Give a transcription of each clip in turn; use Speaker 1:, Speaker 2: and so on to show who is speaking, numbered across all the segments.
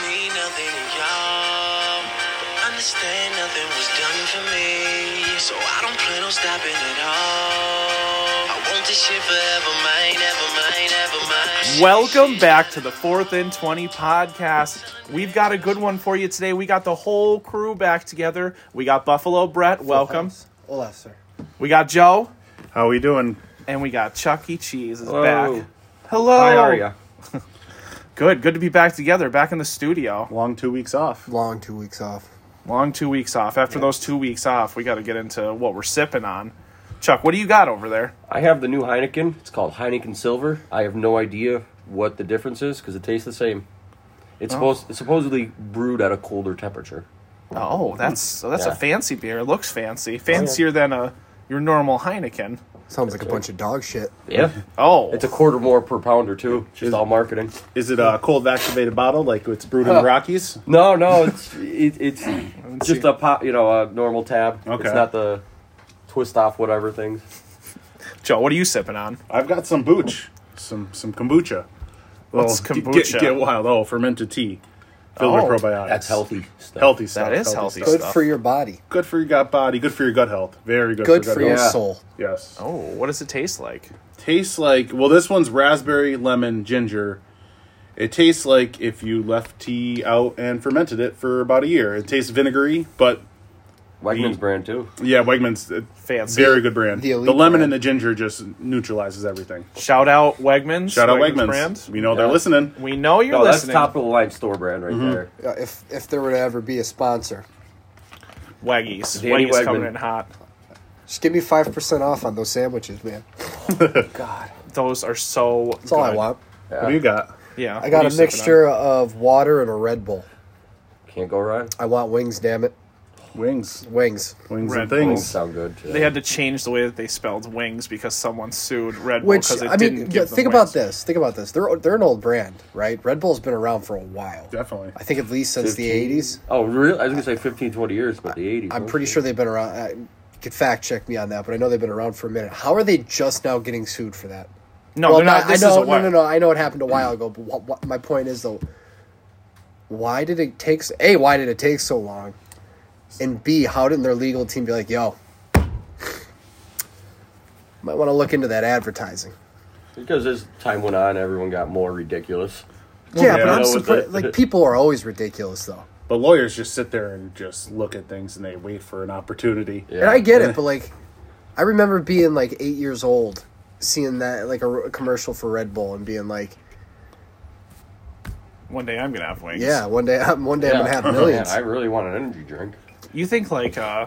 Speaker 1: than y'all. But understand nothing was done for me. So I don't plan on stopping at all. I want this shit forever, mine, ever mine, ever mine.
Speaker 2: Welcome back to the Fourth and 20 podcast. We've got a good one for you today. We got the whole crew back together. We got Buffalo Brett, welcome.
Speaker 3: Hola, sir.
Speaker 2: We got Joe,
Speaker 4: How we doing?
Speaker 2: and we got Chuck E. Cheese is
Speaker 5: Hello.
Speaker 2: back. Hello.
Speaker 5: How are ya?
Speaker 2: Good. Good to be back together, back in the studio.
Speaker 4: Long two weeks off.
Speaker 3: Long two weeks off.
Speaker 2: Long two weeks off. After those two weeks off, we got to get into what we're sipping on. Chuck, what do you got over there?
Speaker 5: I have the new Heineken. It's called Heineken Silver. I have no idea what the difference is because it tastes the same. It's supposed it's supposedly brewed at a colder temperature.
Speaker 2: Oh, that's that's
Speaker 5: Yeah.
Speaker 2: a fancy beer. It looks fancy, fancier than a your normal Heineken.
Speaker 3: Sounds like a bunch of dog shit.
Speaker 5: Yeah,
Speaker 2: Oh,
Speaker 5: it's a quarter more per pounder too. Just all marketing.
Speaker 4: Is it a cold activated bottle like it's brewed in the Rockies?
Speaker 5: No, no, it's it, it's just a pop, you know, a normal tab.
Speaker 4: Okay.
Speaker 5: It's not the twist off whatever things.
Speaker 2: Joe. What are you sipping on?
Speaker 4: I've got some booch, some some kombucha.
Speaker 2: What's
Speaker 4: Well, get-
Speaker 2: kombucha?
Speaker 4: Get, get wild. Oh, fermented tea filled
Speaker 2: Oh,
Speaker 4: with probiotics.
Speaker 5: That's healthy stuff.
Speaker 4: Healthy stuff.
Speaker 2: That is healthy
Speaker 4: stuff.
Speaker 3: Good
Speaker 2: Stuff.
Speaker 3: for your body.
Speaker 4: Good for your gut body. Good for your gut health. Very good.
Speaker 3: Good
Speaker 4: for,
Speaker 3: for
Speaker 4: gut
Speaker 3: your
Speaker 4: health.
Speaker 3: soul.
Speaker 4: Yes.
Speaker 2: Oh, what does it taste like?
Speaker 4: Tastes like well, this one's raspberry, lemon, ginger. It tastes like if you left tea out and fermented it for about a year. It tastes vinegary, but
Speaker 5: Wegmans
Speaker 4: The-
Speaker 5: brand too.
Speaker 4: yeah, Wegmans uh,
Speaker 2: Fancy.
Speaker 4: Very good brand.
Speaker 3: The
Speaker 4: The,
Speaker 3: elite
Speaker 4: lemon
Speaker 3: brand.
Speaker 4: and the ginger just neutralizes everything.
Speaker 2: Shout out Wegmans.
Speaker 4: Shout out Wegmans.
Speaker 2: brand.
Speaker 4: We know they're
Speaker 5: Yeah.
Speaker 4: listening.
Speaker 2: We know you're
Speaker 5: No, that's
Speaker 2: listening.
Speaker 5: top of the line store brand right there.
Speaker 3: Uh, If if there would ever be a sponsor,
Speaker 2: Weggies.
Speaker 5: Danny
Speaker 2: Weggies coming
Speaker 5: Wegman.
Speaker 2: in hot.
Speaker 3: just give me five percent off on those sandwiches, man. God,
Speaker 2: Those are so.
Speaker 3: that's all I want.
Speaker 4: What do you got?
Speaker 2: Yeah.
Speaker 3: I
Speaker 2: what are
Speaker 3: got a
Speaker 2: you sipping
Speaker 3: mixture of water and a Red Bull.
Speaker 5: Can't go wrong.
Speaker 3: I want wings, damn it,
Speaker 4: Wings.
Speaker 3: wings.
Speaker 4: Wings
Speaker 2: Red
Speaker 4: and
Speaker 5: Things
Speaker 4: things.
Speaker 5: sound good. Too.
Speaker 2: on? They had to change the way that they spelled wings because someone sued Red Bull
Speaker 3: Which
Speaker 2: because it
Speaker 3: I
Speaker 2: Oh, didn't
Speaker 3: mean,
Speaker 2: give them
Speaker 3: think about
Speaker 2: wings.
Speaker 3: this. Think about this. They're they're an old brand, right? Red Bull's been around for a while.
Speaker 4: Definitely.
Speaker 3: I think at least since the
Speaker 5: 15?
Speaker 3: '80s.
Speaker 5: Oh, really? I was gonna say 15, 20 years, but the Oh, 80s.
Speaker 3: I'm
Speaker 5: huh?
Speaker 3: pretty sure they've been around. I, you could fact check me on that, but I know they've been around for a minute. How are they just now getting sued for that?
Speaker 2: No,
Speaker 3: well,
Speaker 2: they're not.
Speaker 3: no,
Speaker 2: This
Speaker 3: I
Speaker 2: is
Speaker 3: know,
Speaker 2: a
Speaker 3: no, no,
Speaker 2: Wegmans.
Speaker 3: no. I know it happened a while ago, but what, what, my point is though, why did it take? s- A, why did it take so long? And B, how didn't their legal team be like, yo, might want to look into that advertising?
Speaker 5: Because as time went on, everyone got more ridiculous.
Speaker 3: yeah,
Speaker 4: yeah,
Speaker 3: but I'm
Speaker 5: that was
Speaker 3: surprised.
Speaker 5: it.
Speaker 3: Like people are always ridiculous though,
Speaker 4: But lawyers just sit there and just look at things and they wait for an opportunity.
Speaker 5: Yeah.
Speaker 3: and I get it, but like, I remember being like eight years old, seeing that like a, r- a commercial for Red Bull, and being like,
Speaker 2: One day I'm gonna have wings.
Speaker 3: yeah, one day, I'm, one day I'm gonna have
Speaker 5: Man,
Speaker 3: millions.
Speaker 5: I really want an energy drink.
Speaker 2: You think like uh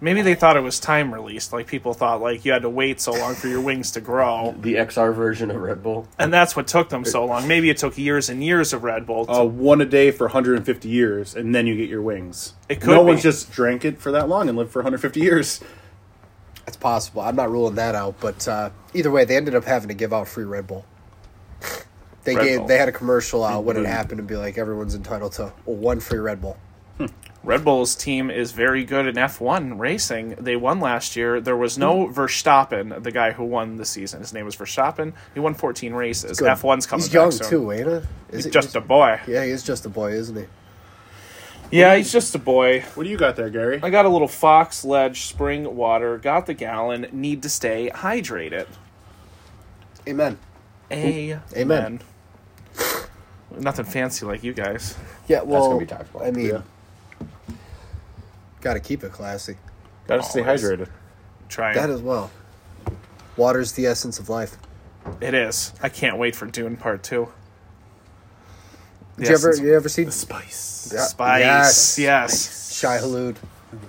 Speaker 2: maybe they thought it was time released, like people thought like you had to wait so long for your wings to grow.
Speaker 5: The XR version of Red Bull.
Speaker 2: And that's what took them so long. Maybe it took years and years of Red Bull. To,
Speaker 5: Oh,
Speaker 4: Uh, one a day for 150 years, and then you get your wings.
Speaker 2: It could
Speaker 4: no
Speaker 2: be.
Speaker 4: one's just drank it for that long and lived for 150 years.
Speaker 3: It's possible. I'm not ruling that out, but uh, either way, they ended up having to give out free Red Bull. They
Speaker 2: Red
Speaker 3: gave
Speaker 2: Bull. Mm-hmm.
Speaker 3: they had a commercial out when it happened and be like everyone's entitled to one free Red Bull.
Speaker 2: Red Bull's team is very good in F1 racing. They won last year. There was no
Speaker 3: Hmm.
Speaker 2: Verstappen, the guy who won the season. His name was Verstappen. He won 14 races.
Speaker 3: Good.
Speaker 2: F1's coming
Speaker 3: He's
Speaker 2: back
Speaker 3: young
Speaker 2: soon.
Speaker 3: too, ain't it? Is
Speaker 2: He's
Speaker 3: it
Speaker 2: just a boy.
Speaker 3: yeah, he's just a boy, isn't he?
Speaker 2: Yeah, he's just a boy.
Speaker 4: What do you got there, Gary?
Speaker 2: I got a little Fox Ledge spring water. Got the gallon. Need to stay hydrated.
Speaker 3: Amen.
Speaker 2: Amen.
Speaker 3: Hmm. Amen.
Speaker 2: Nothing fancy like you guys.
Speaker 3: Yeah, well,
Speaker 5: gonna be tough, Bob.
Speaker 3: I mean,
Speaker 4: Yeah.
Speaker 3: gotta keep it classy.
Speaker 4: Gotta stay
Speaker 2: Always.
Speaker 4: hydrated.
Speaker 2: Try
Speaker 3: That
Speaker 2: it.
Speaker 3: as well. Water's the essence of life.
Speaker 2: It is. I can't wait for Dune Part Two.
Speaker 3: Did you ever you ever see
Speaker 4: Spice.
Speaker 3: Yeah.
Speaker 2: Spice. Yes.
Speaker 3: Yes. Shai Halud?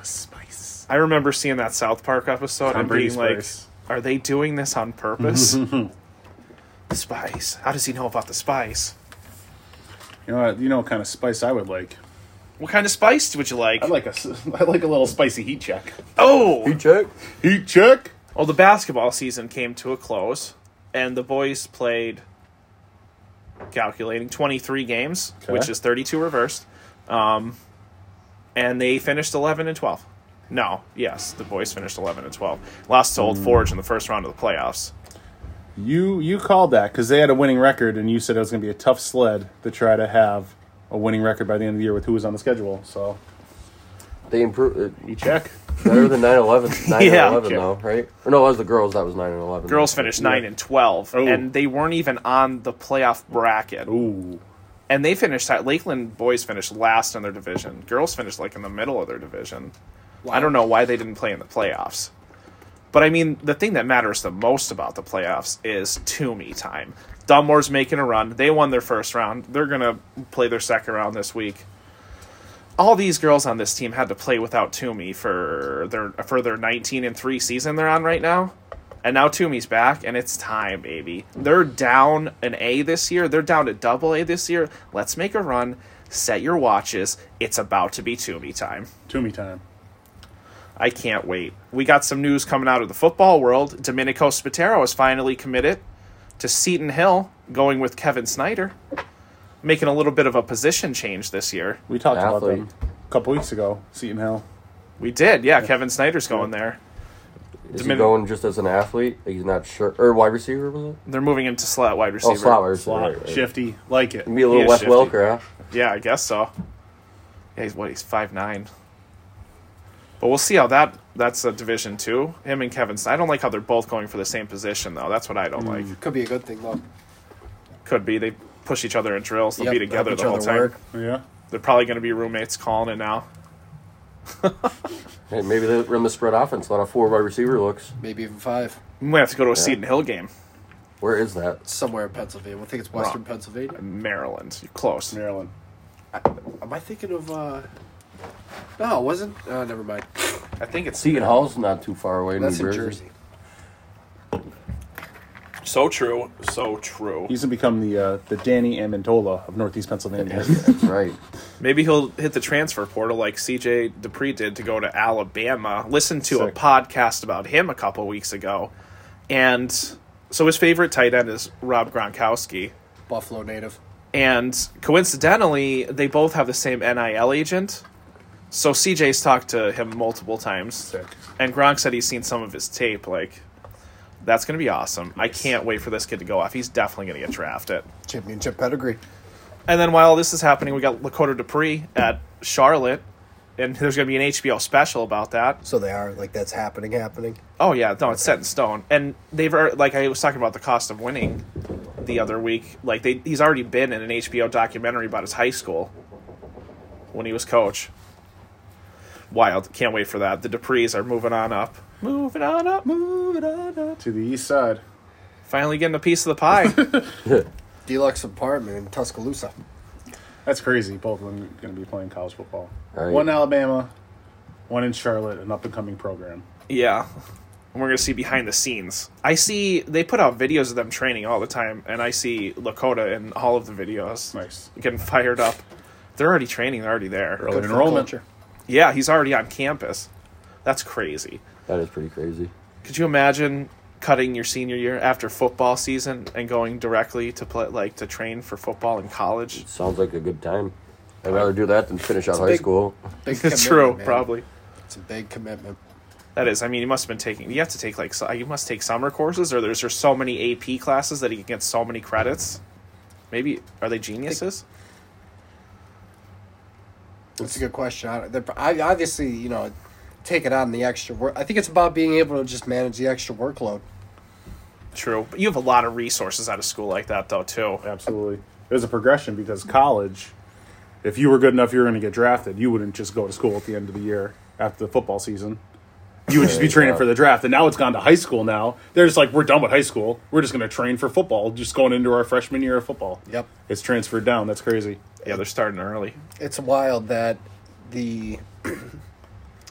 Speaker 4: Spice.
Speaker 2: I remember seeing that South Park episode and
Speaker 4: Brady
Speaker 2: being like,
Speaker 4: Spice.
Speaker 2: "Are they doing this on purpose?" spice. How does he know about the spice?
Speaker 4: You know what? You know what kind of spice I would like.
Speaker 2: What kind of spice would you like?
Speaker 4: I like a. s- I like a little spicy heat check.
Speaker 2: oh,
Speaker 5: check.
Speaker 4: Heat check.
Speaker 2: Well, the basketball season came to a close, and the boys played, calculating, 23 games,
Speaker 4: Okay.
Speaker 2: which is 32 reversed. Um, and they finished 11 and 12.
Speaker 4: Hmm.
Speaker 2: No, yes, the boys finished 11 and 12. Lost to Old Forge in the first round of the playoffs.
Speaker 4: You you called that because they had a winning record, and you said it was going to be a tough sled to try to have a winning record by the end of the year with who was on the schedule. So
Speaker 5: They improved
Speaker 4: you check.
Speaker 5: better than 9-11, 9
Speaker 2: Yeah.
Speaker 5: 11 though, right? Or no, it was the girls. That was 9 and 11.
Speaker 2: Girls finished nine and twelve,
Speaker 4: Oh.
Speaker 2: and they weren't even on the playoff bracket.
Speaker 4: Ooh,
Speaker 2: And they finished high. Lakeland boys finished last in their division. Girls finished like in the middle of their division. I don't know why they didn't play in the playoffs. But I mean, the thing that matters the most about the playoffs is Toomey time. Dunmore's making a run. They won their first round. They're gonna play their second round this week. All these girls on this team had to play without Toomey for their for their nineteen and three season they're on right now. And now Toomey's back, and it's time, baby. They're down an A this year. They're down to double A this year. Let's make a run. Set your watches. It's about to be Toomey time.
Speaker 4: Toomey time.
Speaker 2: I can't wait. We got some news coming out of the football world. Domenico Spatero is finally committed to Seton Hill, going with Kevin Snyder, making a little bit of a position change this year.
Speaker 4: We talked about
Speaker 5: Athlete.
Speaker 4: them a couple weeks ago. Seton Hill.
Speaker 2: We did, yeah. Kevin Snyder's going there.
Speaker 5: Is
Speaker 2: Dimin-
Speaker 5: he going just as an athlete? He's not sure. Or wide receiver, was it?
Speaker 2: They're moving him to slot wide receiver.
Speaker 5: Oh, slot wide receiver.
Speaker 4: Slot,
Speaker 5: right, right.
Speaker 4: shifty, like it.
Speaker 5: Be a
Speaker 2: He
Speaker 5: little
Speaker 2: is
Speaker 5: Wes
Speaker 2: shifty.
Speaker 5: Welker, huh?
Speaker 2: Yeah, I guess so. Yeah, he's what? He's five nine. But we'll see how that that's a division two. Him and Kevin. Snyder. I don't like how they're both going for the same position though. That's what I don't like.
Speaker 3: Could be a good thing though.
Speaker 2: Could be they push each other in drills. They'll
Speaker 3: Yep,
Speaker 2: be
Speaker 3: help
Speaker 2: together
Speaker 3: each
Speaker 2: the whole
Speaker 3: other
Speaker 2: time.
Speaker 3: work.
Speaker 4: Yeah,
Speaker 2: They're probably going to be roommates calling it now.
Speaker 5: Hey, maybe they run the spread offense. A lot of four wide receiver looks.
Speaker 3: Maybe even five.
Speaker 2: We might have to go to a Seton Hill game.
Speaker 5: Where is that?
Speaker 3: Somewhere in Pennsylvania. I think it's Western
Speaker 2: Wrong.
Speaker 3: Pennsylvania.
Speaker 2: Maryland. You're close.
Speaker 4: Maryland.
Speaker 3: Am I thinking of? uh No, it wasn't. Uh, never mind.
Speaker 2: I think it's
Speaker 5: Seton Hall's not too far away.
Speaker 3: That's
Speaker 5: New
Speaker 3: in
Speaker 5: Jersey.
Speaker 3: Jersey.
Speaker 2: so true. So true.
Speaker 4: He's going to become the uh, the Danny Amendola of Northeast Pennsylvania.
Speaker 5: That's right.
Speaker 2: Maybe he'll hit the transfer portal like CJ Dupree did to go to Alabama. Listened to a
Speaker 4: Sick.
Speaker 2: podcast about him a couple weeks ago. And so his favorite tight end is Rob Gronkowski.
Speaker 3: Buffalo native.
Speaker 2: And coincidentally, they both have the same NIL agent. So CJ's talked to him multiple times.
Speaker 4: Sick.
Speaker 2: And Gronk said he's seen some of his tape. Like, that's going to be awesome. I can't wait for this kid to go off. He's definitely going to get drafted.
Speaker 3: Championship pedigree.
Speaker 2: And then while this is happening, we got Lakota Dupree at Charlotte. And there's going to be an HBO special about that.
Speaker 3: So they are like that's happening, happening.
Speaker 2: Oh, yeah. No, it's set in stone. And they've, ar- like, I was talking about the cost of winning the other week. Like, they, he's already been in an HBO documentary about his high school when he was coach. Wild. Can't wait for that. The Duprees are moving on up. Moving on up. Moving on up.
Speaker 4: To the east side.
Speaker 2: Finally getting a piece of the pie.
Speaker 3: Deluxe apartment in Tuscaloosa.
Speaker 4: That's crazy. Both of them going to be playing college football.
Speaker 5: Right.
Speaker 4: One in Alabama, one in Charlotte, an up and coming program.
Speaker 2: Yeah. And we're going to see behind the scenes. I see they put out videos of them training all the time, and I see Lakota in all of the videos.
Speaker 4: Nice.
Speaker 2: Getting fired up. They're already training, they're already there.
Speaker 4: Early
Speaker 3: for the
Speaker 4: enrollment.
Speaker 3: culture.
Speaker 2: Yeah, he's already on campus. That's crazy.
Speaker 5: That is pretty crazy.
Speaker 2: Could you imagine cutting your senior year after football season and going directly to play like to train for football in college?
Speaker 5: Sounds like a good time. I'd rather do that than finish out high
Speaker 3: big-
Speaker 5: school.
Speaker 3: Big
Speaker 2: It's
Speaker 3: commitment,
Speaker 2: true,
Speaker 3: man.
Speaker 2: probably.
Speaker 3: It's a big commitment.
Speaker 2: That is, I mean, you must have been taking. You have to take like so- you must take summer courses, or there's just so many AP classes that you can get so many credits. Maybe are they geniuses?
Speaker 3: That's a good question. I, they're- I obviously, you know, taking on the extra work. I think it's about being able to just manage the extra workload.
Speaker 2: True, but you have a lot of resources out of school like that, though. Too.
Speaker 4: Absolutely. It was a progression because college, if you were good enough, you were going to get drafted. You wouldn't just go to school at the end of the year after the football season. You would just be training for the draft. And now it's gone to high school now. They're just like, we're done with high school. We're just going to train for football, just going into our freshman year of football.
Speaker 3: Yep.
Speaker 4: It's transferred down. That's crazy.
Speaker 2: Yeah, they're starting early.
Speaker 3: It's wild that the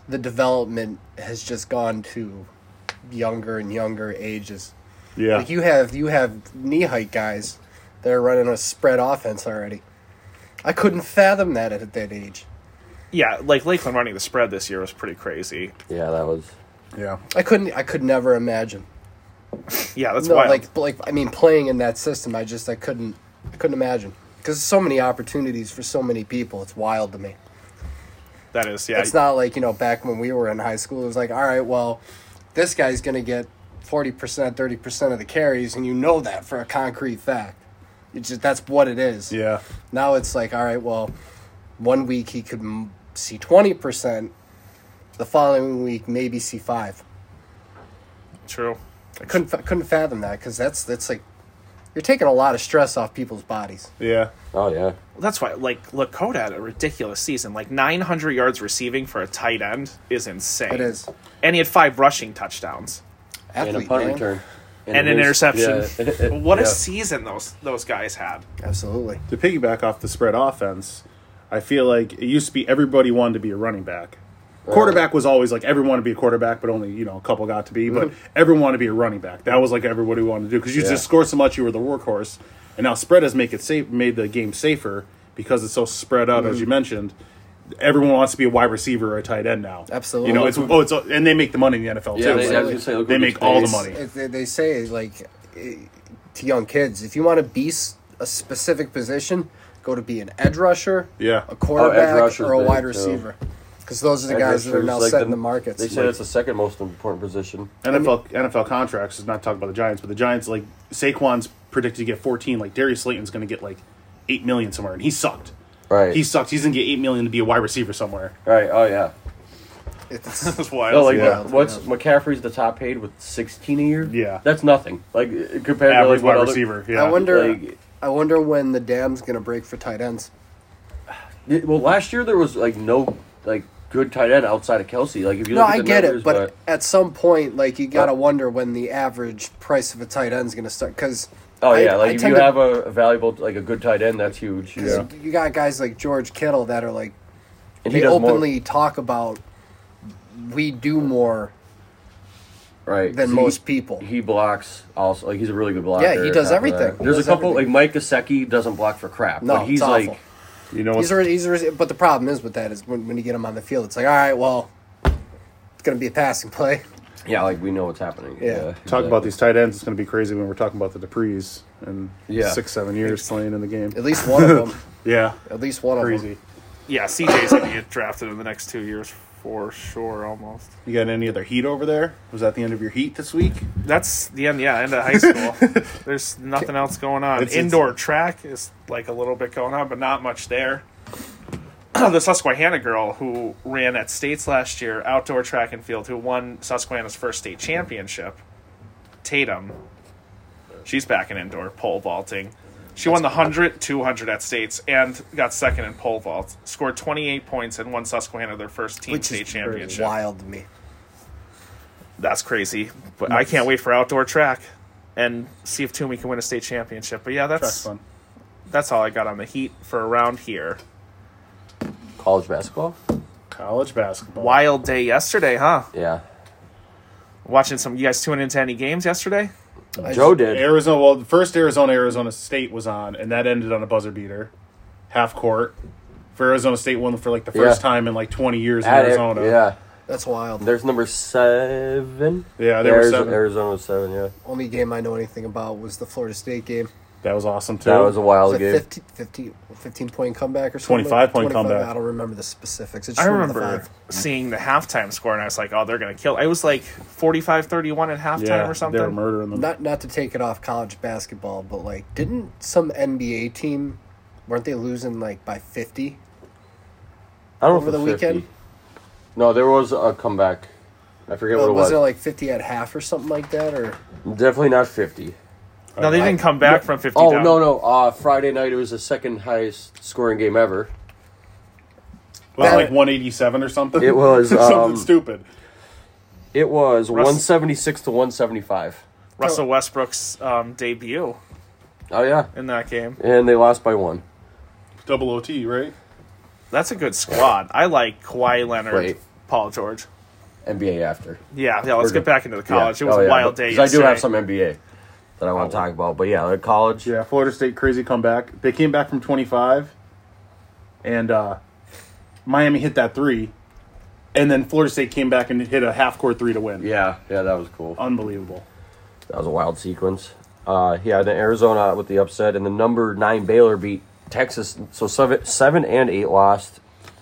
Speaker 3: the development has just gone to younger and younger ages.
Speaker 4: Yeah.
Speaker 3: Like you have you have knee height guys that are running a spread offense already. I couldn't fathom that at that age.
Speaker 2: Yeah, like Lakeland running the spread this year was pretty crazy.
Speaker 5: Yeah, that was.
Speaker 4: yeah.
Speaker 3: I couldn't. I could never imagine.
Speaker 2: Yeah, that's
Speaker 3: No,
Speaker 2: wild.
Speaker 3: like like I mean, playing in that system, I just I couldn't I couldn't imagine because so many opportunities for so many people. It's wild to me.
Speaker 2: that is, yeah.
Speaker 3: It's not like you know back when we were in high school. It was like, all right, well, this guy's gonna get forty percent, thirty percent of the carries, and you know that for a concrete fact. It's just that's what it is.
Speaker 4: Yeah.
Speaker 3: Now it's like, all right, well, one week he could m- see twenty percent, the following week maybe see five.
Speaker 2: True.
Speaker 3: I couldn't fa- couldn't fathom that because that's that's like you're taking a lot of stress off people's bodies.
Speaker 4: Yeah.
Speaker 5: Oh yeah.
Speaker 2: That's why, like, Lakota had a ridiculous season. Like, 900 yards receiving for a tight end is insane.
Speaker 3: It is.
Speaker 2: And he had five rushing touchdowns
Speaker 5: And
Speaker 3: Athlete,
Speaker 5: a punt
Speaker 3: man.
Speaker 5: return.
Speaker 2: and an
Speaker 5: it is-
Speaker 2: interception.
Speaker 5: yeah.
Speaker 2: what
Speaker 5: Yeah.
Speaker 2: a season those those guys had.
Speaker 3: Absolutely.
Speaker 4: To piggyback off the spread offense, I feel like it used to be everybody wanted to be a running back. Quarterback was always like everyone wanted to be a quarterback, but only you know a couple got to be. But everyone wanted to be a running back. That was like everybody wanted to do because you
Speaker 5: Yeah.
Speaker 4: just score so much, you were the workhorse. And now spread has make it safe, made the game safer because it's so spread out,
Speaker 5: Mm-hmm.
Speaker 4: as you mentioned. Everyone wants to be a wide receiver or a tight end now.
Speaker 3: Absolutely.
Speaker 4: you know it's oh it's and they make the money in the NFL
Speaker 5: Yeah,
Speaker 4: too.
Speaker 5: they, I was gonna say, look
Speaker 4: They
Speaker 5: what
Speaker 4: make
Speaker 5: it's
Speaker 4: all the
Speaker 5: based-
Speaker 4: money.
Speaker 3: It- they, they say like eh, to young kids, if you want to be s- a specific position, go to be an edge rusher,
Speaker 4: Yeah.
Speaker 3: a quarterback,
Speaker 5: Oh, rusher's
Speaker 3: or a
Speaker 5: big,
Speaker 3: wide
Speaker 5: too.
Speaker 3: receiver, because those are the
Speaker 5: Edge
Speaker 3: guys that are
Speaker 5: rushers,
Speaker 3: now
Speaker 5: like
Speaker 3: setting the, markets.
Speaker 5: They said it's the second most important position.
Speaker 4: NFL NFL contracts is not talking about the Giants, but the Giants like Saquon's predicted to get 14. Like Darius Slayton's going to get like eight million somewhere, and he sucked.
Speaker 5: Right.
Speaker 4: He sucked. He's going to get eight million to be a wide receiver somewhere.
Speaker 5: right. Oh yeah.
Speaker 3: It's-
Speaker 2: That's wild.
Speaker 5: Oh, like
Speaker 4: Yeah.
Speaker 5: what, what's McCaffrey's the top paid with sixteen a year?
Speaker 4: Yeah.
Speaker 5: That's nothing. Like uh, compared
Speaker 4: Average
Speaker 5: to like, what
Speaker 4: wide
Speaker 5: other-
Speaker 4: receiver. Yeah.
Speaker 3: I wonder.
Speaker 5: Like-
Speaker 3: I wonder when the dam's gonna break for tight ends.
Speaker 5: Yeah, well, last year there was like no like good tight end outside of Kelsey. Like if you
Speaker 3: No,
Speaker 5: look at
Speaker 3: I
Speaker 5: the
Speaker 3: get
Speaker 5: numbers,
Speaker 3: it, but at some point, like you gotta
Speaker 5: Oh.
Speaker 3: wonder when the average price of a tight end's gonna start. Because
Speaker 5: oh yeah, like if you
Speaker 3: to,
Speaker 5: have a, a valuable like a good tight end, that's huge.
Speaker 3: 'cause you got guys like George Kittle that are like
Speaker 5: and he
Speaker 3: they
Speaker 5: does more-
Speaker 3: openly talk about we do more
Speaker 5: right
Speaker 3: than
Speaker 5: So
Speaker 3: most
Speaker 5: he,
Speaker 3: people.
Speaker 5: He blocks also. Like he's a really good blocker.
Speaker 3: Yeah, he does
Speaker 5: on top of that.
Speaker 3: everything. He
Speaker 5: There's
Speaker 3: does
Speaker 5: a couple
Speaker 3: everything.
Speaker 5: like Mike Gesicki doesn't block for crap.
Speaker 3: No,
Speaker 5: but he's
Speaker 3: it's awful.
Speaker 5: like
Speaker 4: you know
Speaker 3: He's
Speaker 4: what's,
Speaker 3: a, he's a, but the problem is with that is when, when you get him on the field, it's like all right, well, it's gonna be a passing play.
Speaker 5: yeah, like we know what's happening.
Speaker 3: Yeah.
Speaker 4: talk about these tight ends. It's going to be crazy when we're talking about the Duprees and
Speaker 5: Yeah.
Speaker 4: six seven years playing in the game.
Speaker 3: At least one of them.
Speaker 4: Yeah,
Speaker 3: At least one
Speaker 4: crazy.
Speaker 3: of them.
Speaker 2: Yeah, CJ's going to get drafted in the next two years for sure, almost.
Speaker 4: You got any other heat over there? Was that the end of your heat this week?
Speaker 2: That's the end, yeah, end of high school. There's nothing else going on.
Speaker 4: It's- it's-
Speaker 2: Indoor track is like a little bit going on, but not much there. the Susquehanna girl who ran at states last year, outdoor track and field, who won Susquehanna's first state championship, Tatum. She's back in indoor pole vaulting. She won the 100, 200 at states and got second in pole vault. Scored 28 points and won Susquehanna their first team
Speaker 3: Which
Speaker 2: state
Speaker 3: is
Speaker 2: championship.
Speaker 3: wild to me.
Speaker 2: That's crazy. But I can't wait for outdoor track and see if Toomey can win a state championship. But yeah,
Speaker 4: That's
Speaker 2: that's
Speaker 4: fun.
Speaker 2: that's all I got on the heat for around here.
Speaker 5: college basketball.
Speaker 4: College basketball.
Speaker 2: Wild day yesterday, huh?
Speaker 5: Yeah,
Speaker 2: Watching some you guys tuning into any games yesterday?
Speaker 5: Joe did.
Speaker 4: Arizona. Well, the first Arizona Arizona State was on, and that ended on a buzzer beater, half court. For Arizona State won for like the first
Speaker 5: Yeah.
Speaker 4: time in like twenty years in
Speaker 5: At Ar-
Speaker 4: Arizona.
Speaker 5: yeah.
Speaker 3: That's wild.
Speaker 5: There's number seven.
Speaker 4: Yeah, they were
Speaker 5: Arizo-
Speaker 4: seven.
Speaker 5: Arizona was seven. Yeah,
Speaker 3: Only game I know anything about was the Florida State game.
Speaker 4: that was awesome too.
Speaker 5: that was a
Speaker 3: It was
Speaker 5: wild
Speaker 3: a
Speaker 5: game.
Speaker 3: 15, 15 15 point comeback or something.
Speaker 4: 25 point comeback.
Speaker 3: I don't remember the specifics. It's
Speaker 2: I
Speaker 3: just remember the
Speaker 2: remember
Speaker 3: five.
Speaker 2: seeing the halftime score and I was like, oh, they're going to kill. It was like 45 31 at halftime
Speaker 4: yeah,
Speaker 2: or
Speaker 4: They were
Speaker 2: something.
Speaker 4: murdering them.
Speaker 3: Not not to take it off college basketball, but like, didn't some NBA team weren't they losing like by fifty?
Speaker 5: I don't
Speaker 3: over
Speaker 5: know if
Speaker 3: the
Speaker 5: it's 50.
Speaker 3: weekend?
Speaker 5: No, there was a comeback. I forget what
Speaker 3: Uh,
Speaker 5: it was.
Speaker 3: wasn't it like fifty at half or something like that? Or
Speaker 5: Definitely not fifty.
Speaker 2: No, they didn't come back from 50
Speaker 5: Oh
Speaker 2: down.
Speaker 5: no no! Uh, Friday night it was the second highest scoring game ever.
Speaker 4: was it
Speaker 3: that-
Speaker 4: like one eighty seven or something.
Speaker 5: It was,
Speaker 4: something
Speaker 5: um,
Speaker 4: stupid.
Speaker 5: It was
Speaker 2: Russ-
Speaker 5: one seventy six to one seventy five.
Speaker 2: Russell Westbrook's um, debut
Speaker 5: Oh yeah,
Speaker 2: in that game.
Speaker 5: and they lost by one.
Speaker 4: Double OT, right?
Speaker 2: That's a good squad. I like Kawhi Leonard,
Speaker 5: Wait.
Speaker 2: Paul George.
Speaker 5: NBA after
Speaker 2: Yeah, yeah. Let's get
Speaker 5: We're good.
Speaker 2: back into the college.
Speaker 5: Yeah.
Speaker 2: It was
Speaker 5: Oh,
Speaker 2: a
Speaker 5: yeah,
Speaker 2: wild
Speaker 5: but-
Speaker 2: day.
Speaker 5: 'cause I do
Speaker 2: yesterday.
Speaker 5: have some NBA that I want to talk about, but yeah, like college.
Speaker 4: Yeah, Florida State crazy comeback. They came back from twenty five, and uh, Miami hit that three, and then Florida State came back and hit a half court three to win.
Speaker 5: yeah, yeah, that was cool.
Speaker 2: Uh,
Speaker 4: unbelievable.
Speaker 5: That was a wild sequence. Uh, yeah, then Arizona with the upset, and the number nine Baylor beat Texas. So seven, seven and eight lost.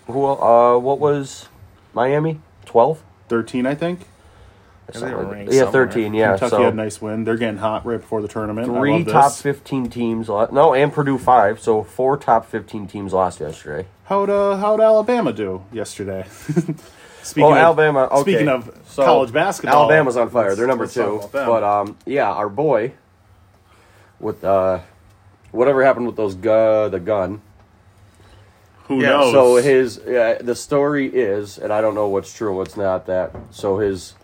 Speaker 5: Who? el- Uh, what was Miami? Twelve.
Speaker 4: Thirteen, I think.
Speaker 5: I
Speaker 2: they
Speaker 5: something
Speaker 2: were
Speaker 5: like that.
Speaker 2: ranked
Speaker 5: yeah,
Speaker 2: somewhere.
Speaker 5: thirteen. Yeah,
Speaker 4: Kentucky
Speaker 5: so
Speaker 4: had a nice win. They're getting hot right before the tournament. I
Speaker 5: three
Speaker 4: love this.
Speaker 5: top fifteen teams. lo- No, and Purdue five. So four top fifteen teams lost yesterday.
Speaker 4: How'd uh, how'd Alabama do yesterday? speaking
Speaker 5: oh, Alabama. Okay.
Speaker 4: Speaking of
Speaker 5: So,
Speaker 4: college basketball,
Speaker 5: Alabama's on fire. They're number
Speaker 4: let's talk
Speaker 5: two.
Speaker 4: about them.
Speaker 5: But um, yeah, our boy with uh, whatever happened with those gu- the gun.
Speaker 4: who
Speaker 2: yeah,
Speaker 4: knows?
Speaker 5: So his uh, the story is, and I don't know what's true and what's not. That so his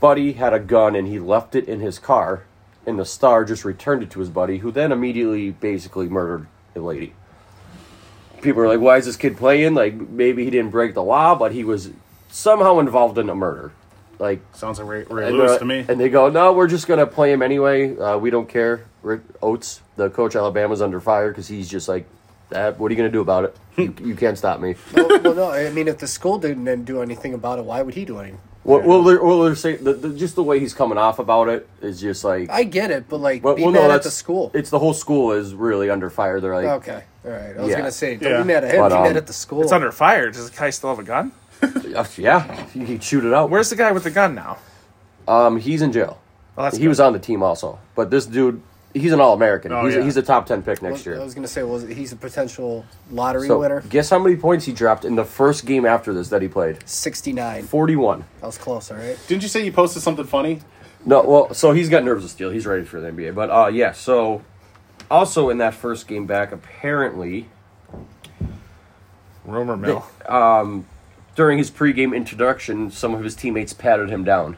Speaker 5: buddy had a gun and he left it in his car, and the star just returned it to his buddy, who then immediately basically murdered a lady. People are like, "Why is this kid playing? Like maybe he didn't break the law, but he was somehow involved in a murder." Like
Speaker 4: sounds like Ray, Ray
Speaker 5: and
Speaker 4: Lewis
Speaker 5: they're-
Speaker 4: to me.
Speaker 5: And they go, no, we're just going to play him anyway. Uh, we don't care. Rick Oates, the coach Alabama's under fire because he's just like, that. what are you going to do about it? you, you can't stop me.
Speaker 3: well, well, no, I mean, if the school didn't do anything about it, why would he do anything?
Speaker 5: Well, well, they're, well they're saying, the, the, just the way he's coming off about it is just like,
Speaker 3: I get it, but like,
Speaker 5: well,
Speaker 3: be
Speaker 5: well, no,
Speaker 3: mad at
Speaker 5: that's
Speaker 3: the school.
Speaker 5: It's the whole school is really under fire. They're like,
Speaker 3: Okay, all right. I was
Speaker 5: Yeah.
Speaker 3: gonna say, don't
Speaker 4: Yeah.
Speaker 3: be mad at him.
Speaker 5: But,
Speaker 3: be
Speaker 5: um,
Speaker 3: mad at the school.
Speaker 2: It's under fire. Does the guy still have a gun?
Speaker 5: "Oh, yeah, you can shoot it out.
Speaker 2: Where's the guy with the gun now?
Speaker 5: Um, he's in jail.
Speaker 2: Well, that's
Speaker 5: he
Speaker 2: good.
Speaker 5: was on the team also, but this dude, he's an All American.
Speaker 4: Oh,
Speaker 5: he's, a,
Speaker 4: yeah.
Speaker 5: he's a top ten pick next year.
Speaker 3: I was gonna say, was he's a potential lottery
Speaker 5: so,
Speaker 3: winner?
Speaker 5: guess how many points he dropped in the first game after this that he played?
Speaker 3: Sixty nine.
Speaker 5: Forty-one.
Speaker 3: That was close. All right.
Speaker 4: Didn't you say you posted something funny?
Speaker 5: No, well, so he's got nerves of steel. He's ready for the NBA. But uh, yeah, so also in that first game back, apparently
Speaker 2: Rumor mill.
Speaker 5: during his pregame introduction, some of his teammates patted him down,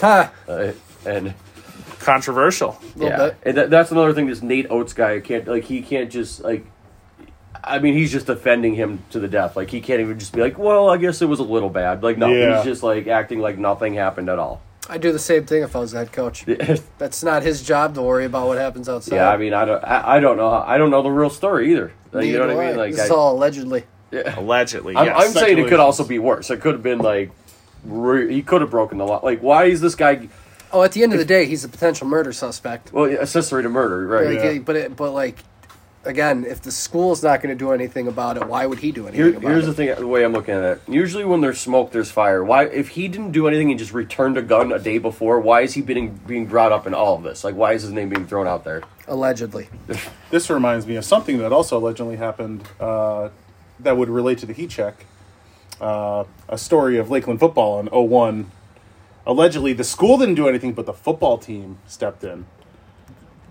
Speaker 3: Ha.
Speaker 5: uh, and
Speaker 2: Controversial.
Speaker 3: Little
Speaker 5: yeah,
Speaker 3: bit.
Speaker 5: and that, that's another thing. This Nate Oates guy can't like he can't just like. I mean, he's just defending him to the death. Like he can't even just be like, "Well, I guess it was a little bad." Like no,
Speaker 4: Yeah.
Speaker 5: he's just like acting like nothing happened at all.
Speaker 3: I do the same thing if I was the head coach. That's not his job to worry about what happens outside.
Speaker 5: yeah, I mean, I don't, I, I don't know, how, I don't know the real story either. Like, you know
Speaker 3: Neither
Speaker 5: what
Speaker 3: do
Speaker 5: I mean? Like
Speaker 3: this is
Speaker 5: I-
Speaker 3: all allegedly.
Speaker 2: Allegedly,
Speaker 5: I'm, I'm
Speaker 2: yes.
Speaker 5: saying it could
Speaker 4: Speculation.
Speaker 5: also be worse. It could have been like re- he could have broken the law. Like, why is this guy
Speaker 3: Oh, at the end of the day, he's a potential murder suspect.
Speaker 5: well accessory to murder? Right.
Speaker 3: Like, But it, but like, again, if the school's not going to do anything about it, why would he do anything
Speaker 5: Here,
Speaker 3: about
Speaker 5: here's
Speaker 3: it?
Speaker 5: the thing. The way I'm looking at it. Usually, when there's smoke, there's fire. Why, if he didn't do anything and just returned a gun a day before, why is he being being brought up in all of this? Like, why is his name being thrown out there?
Speaker 3: allegedly.
Speaker 4: This reminds me of something that also allegedly happened uh, that would relate to the heat check. Uh, a story of Lakeland football in 01. Allegedly, the school didn't do anything, but the football team stepped in.